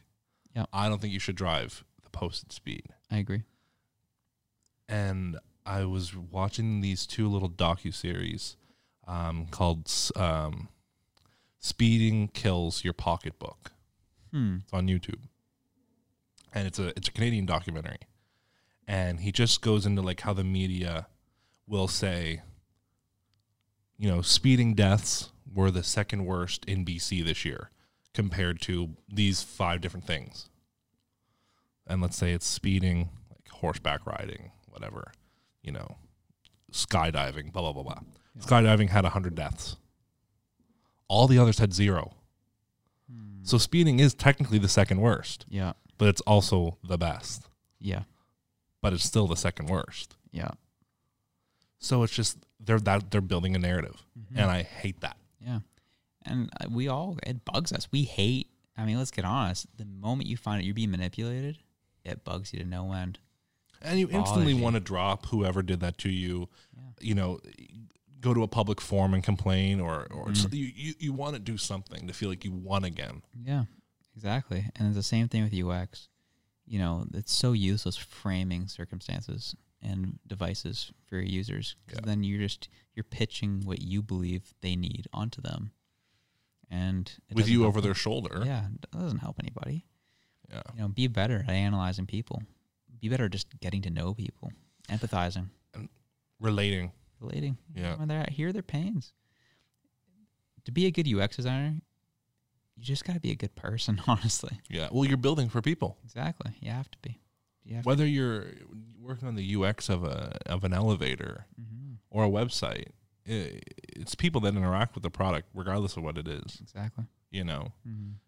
[SPEAKER 2] Yeah.
[SPEAKER 3] I don't think you should drive the posted speed.
[SPEAKER 2] I agree.
[SPEAKER 3] and I was watching these two little docu series um, called s- um, "Speeding Kills Your Pocketbook."
[SPEAKER 2] Hmm.
[SPEAKER 3] It's on YouTube, and it's a it's a Canadian documentary, and he just goes into like how the media will say, you know, speeding deaths were the second worst in BC this year compared to these five different things, and let's say it's speeding, like horseback riding, whatever, you know, skydiving, blah blah blah blah. Skydiving had hundred deaths. All the others had zero. So speeding is technically the second worst,
[SPEAKER 2] Yeah.
[SPEAKER 3] but it's also the best.
[SPEAKER 2] Yeah.
[SPEAKER 3] But it's still the second worst.
[SPEAKER 2] Yeah.
[SPEAKER 3] So it's just they're that they're building a narrative,
[SPEAKER 2] Mm-hmm.
[SPEAKER 3] and I hate that.
[SPEAKER 2] Yeah. And uh, we all, it bugs us. We hate, I mean, let's get honest. The moment you find out you're being manipulated, it bugs you to no end.
[SPEAKER 3] And you instantly
[SPEAKER 2] Apology.
[SPEAKER 3] want to drop whoever did that to you. You know, go to a public forum and complain, or or
[SPEAKER 2] Mm-hmm.
[SPEAKER 3] s- you, you you want to do something to feel like you won again.
[SPEAKER 2] Yeah. Exactly. And it's the same thing with UX. You know, it's so useless framing circumstances and devices for your users. 'Cause Then you're just you're pitching what you believe they need onto them, and it
[SPEAKER 3] with
[SPEAKER 2] doesn't
[SPEAKER 3] you
[SPEAKER 2] help
[SPEAKER 3] over
[SPEAKER 2] them.
[SPEAKER 3] their shoulder.
[SPEAKER 2] Yeah, that doesn't help anybody.
[SPEAKER 3] Yeah.
[SPEAKER 2] You know, be better at analyzing people. Be better at just getting to know people, empathizing,
[SPEAKER 3] Relating.
[SPEAKER 2] relating.
[SPEAKER 3] Yeah.
[SPEAKER 2] when they're at, hear their pains. To be a good UX designer, you just got to be a good person. Honestly,
[SPEAKER 3] Yeah. Well, you're building for people.
[SPEAKER 2] exactly. You have to be. You have
[SPEAKER 3] Whether you're working on the UX of a of an elevator
[SPEAKER 2] mm-hmm.
[SPEAKER 3] or a website, i it's people that interact with the product regardless of what it is,
[SPEAKER 2] to, exactly.
[SPEAKER 3] you know.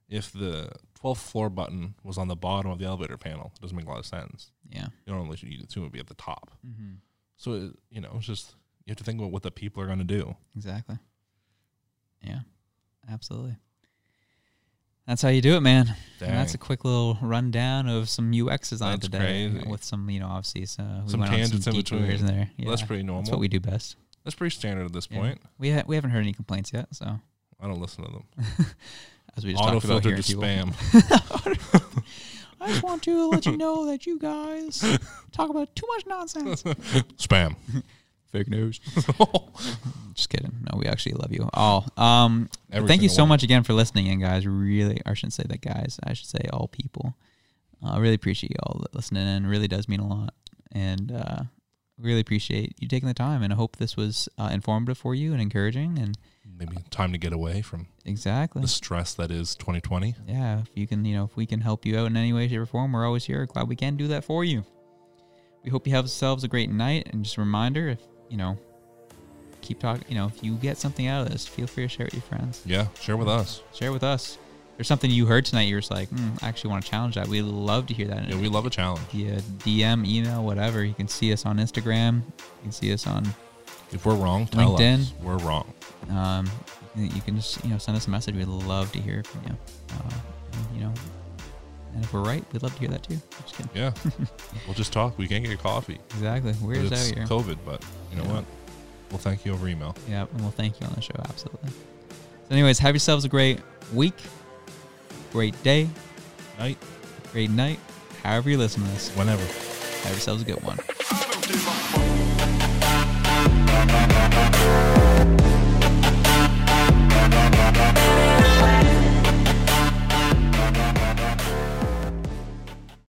[SPEAKER 3] If the 12th floor button was on the bottom of the elevator panel, it doesn't make a lot of sense.
[SPEAKER 2] Yeah.
[SPEAKER 3] You don't really you assume it would be at the top. So, it, you know, it's just you have to think about what the people are going to do.
[SPEAKER 2] Exactly. Yeah, absolutely. That's how you do it, man. And that's a
[SPEAKER 3] Dang.
[SPEAKER 2] quick little rundown of some UX design
[SPEAKER 3] That's
[SPEAKER 2] today,
[SPEAKER 3] crazy.
[SPEAKER 2] with some, you know, obviously so we
[SPEAKER 3] Some
[SPEAKER 2] went on
[SPEAKER 3] tangents in
[SPEAKER 2] geeky
[SPEAKER 3] between.
[SPEAKER 2] weirds in there.
[SPEAKER 3] Well, that's
[SPEAKER 2] Yeah,
[SPEAKER 3] pretty normal.
[SPEAKER 2] That's what we do best.
[SPEAKER 3] That's pretty standard at this
[SPEAKER 2] Yeah.
[SPEAKER 3] point.
[SPEAKER 2] We ha- we haven't heard any complaints yet, so
[SPEAKER 3] I don't listen to them.
[SPEAKER 2] as we just
[SPEAKER 3] Auto
[SPEAKER 2] talked about
[SPEAKER 3] filter
[SPEAKER 2] here,
[SPEAKER 3] to spam.
[SPEAKER 2] I just want to let you know that you guys talk about too much nonsense.
[SPEAKER 3] spam.
[SPEAKER 2] Fake news. Just kidding. No, we actually love you all. Um, but
[SPEAKER 3] Every
[SPEAKER 2] thank you
[SPEAKER 3] single
[SPEAKER 2] so
[SPEAKER 3] one.
[SPEAKER 2] much again for listening in, guys. Really, I shouldn't say that, guys. I should say all people. Uh, I really appreciate y'all that listening in. Really does mean a lot, and uh, really appreciate you taking the time. And I hope this was uh, informative for you and encouraging. And
[SPEAKER 3] Maybe time to get away from
[SPEAKER 2] exactly,
[SPEAKER 3] the stress that is 2020.
[SPEAKER 2] yeah. If you can, you know, if we can help you out in any way, shape, or form, we're always here. Glad we can do that for you. We hope you have yourselves a great night. And just a reminder, if you know, keep talking. You know, if you get something out of this, feel free to share it with your friends.
[SPEAKER 3] Yeah, share with us.
[SPEAKER 2] share with us. There's something you heard tonight. You're just like, mm, I actually want to challenge that. We love to hear that.
[SPEAKER 3] Yeah, we love a challenge.
[SPEAKER 2] yeah, DM, email, whatever. You can see us on Instagram. You can see us on.
[SPEAKER 3] If we're wrong, tell us.
[SPEAKER 2] LinkedIn.
[SPEAKER 3] We're wrong.
[SPEAKER 2] Um, you can just you know send us a message. We'd love to hear from you. Uh, and, you know, and if we're right, we'd love to hear that too. Just kidding.
[SPEAKER 3] Yeah. we'll just talk. We can't get coffee.
[SPEAKER 2] Exactly. Weird
[SPEAKER 3] It's
[SPEAKER 2] is out here.
[SPEAKER 3] COVID, but you know
[SPEAKER 2] Yeah.
[SPEAKER 3] what? We'll thank you over email.
[SPEAKER 2] Yeah, and we'll thank you on the show. Absolutely. So, anyways, have yourselves a great week, great day,
[SPEAKER 3] Night,
[SPEAKER 2] great night. However you listen to this,
[SPEAKER 3] whenever.
[SPEAKER 2] have yourselves a good one.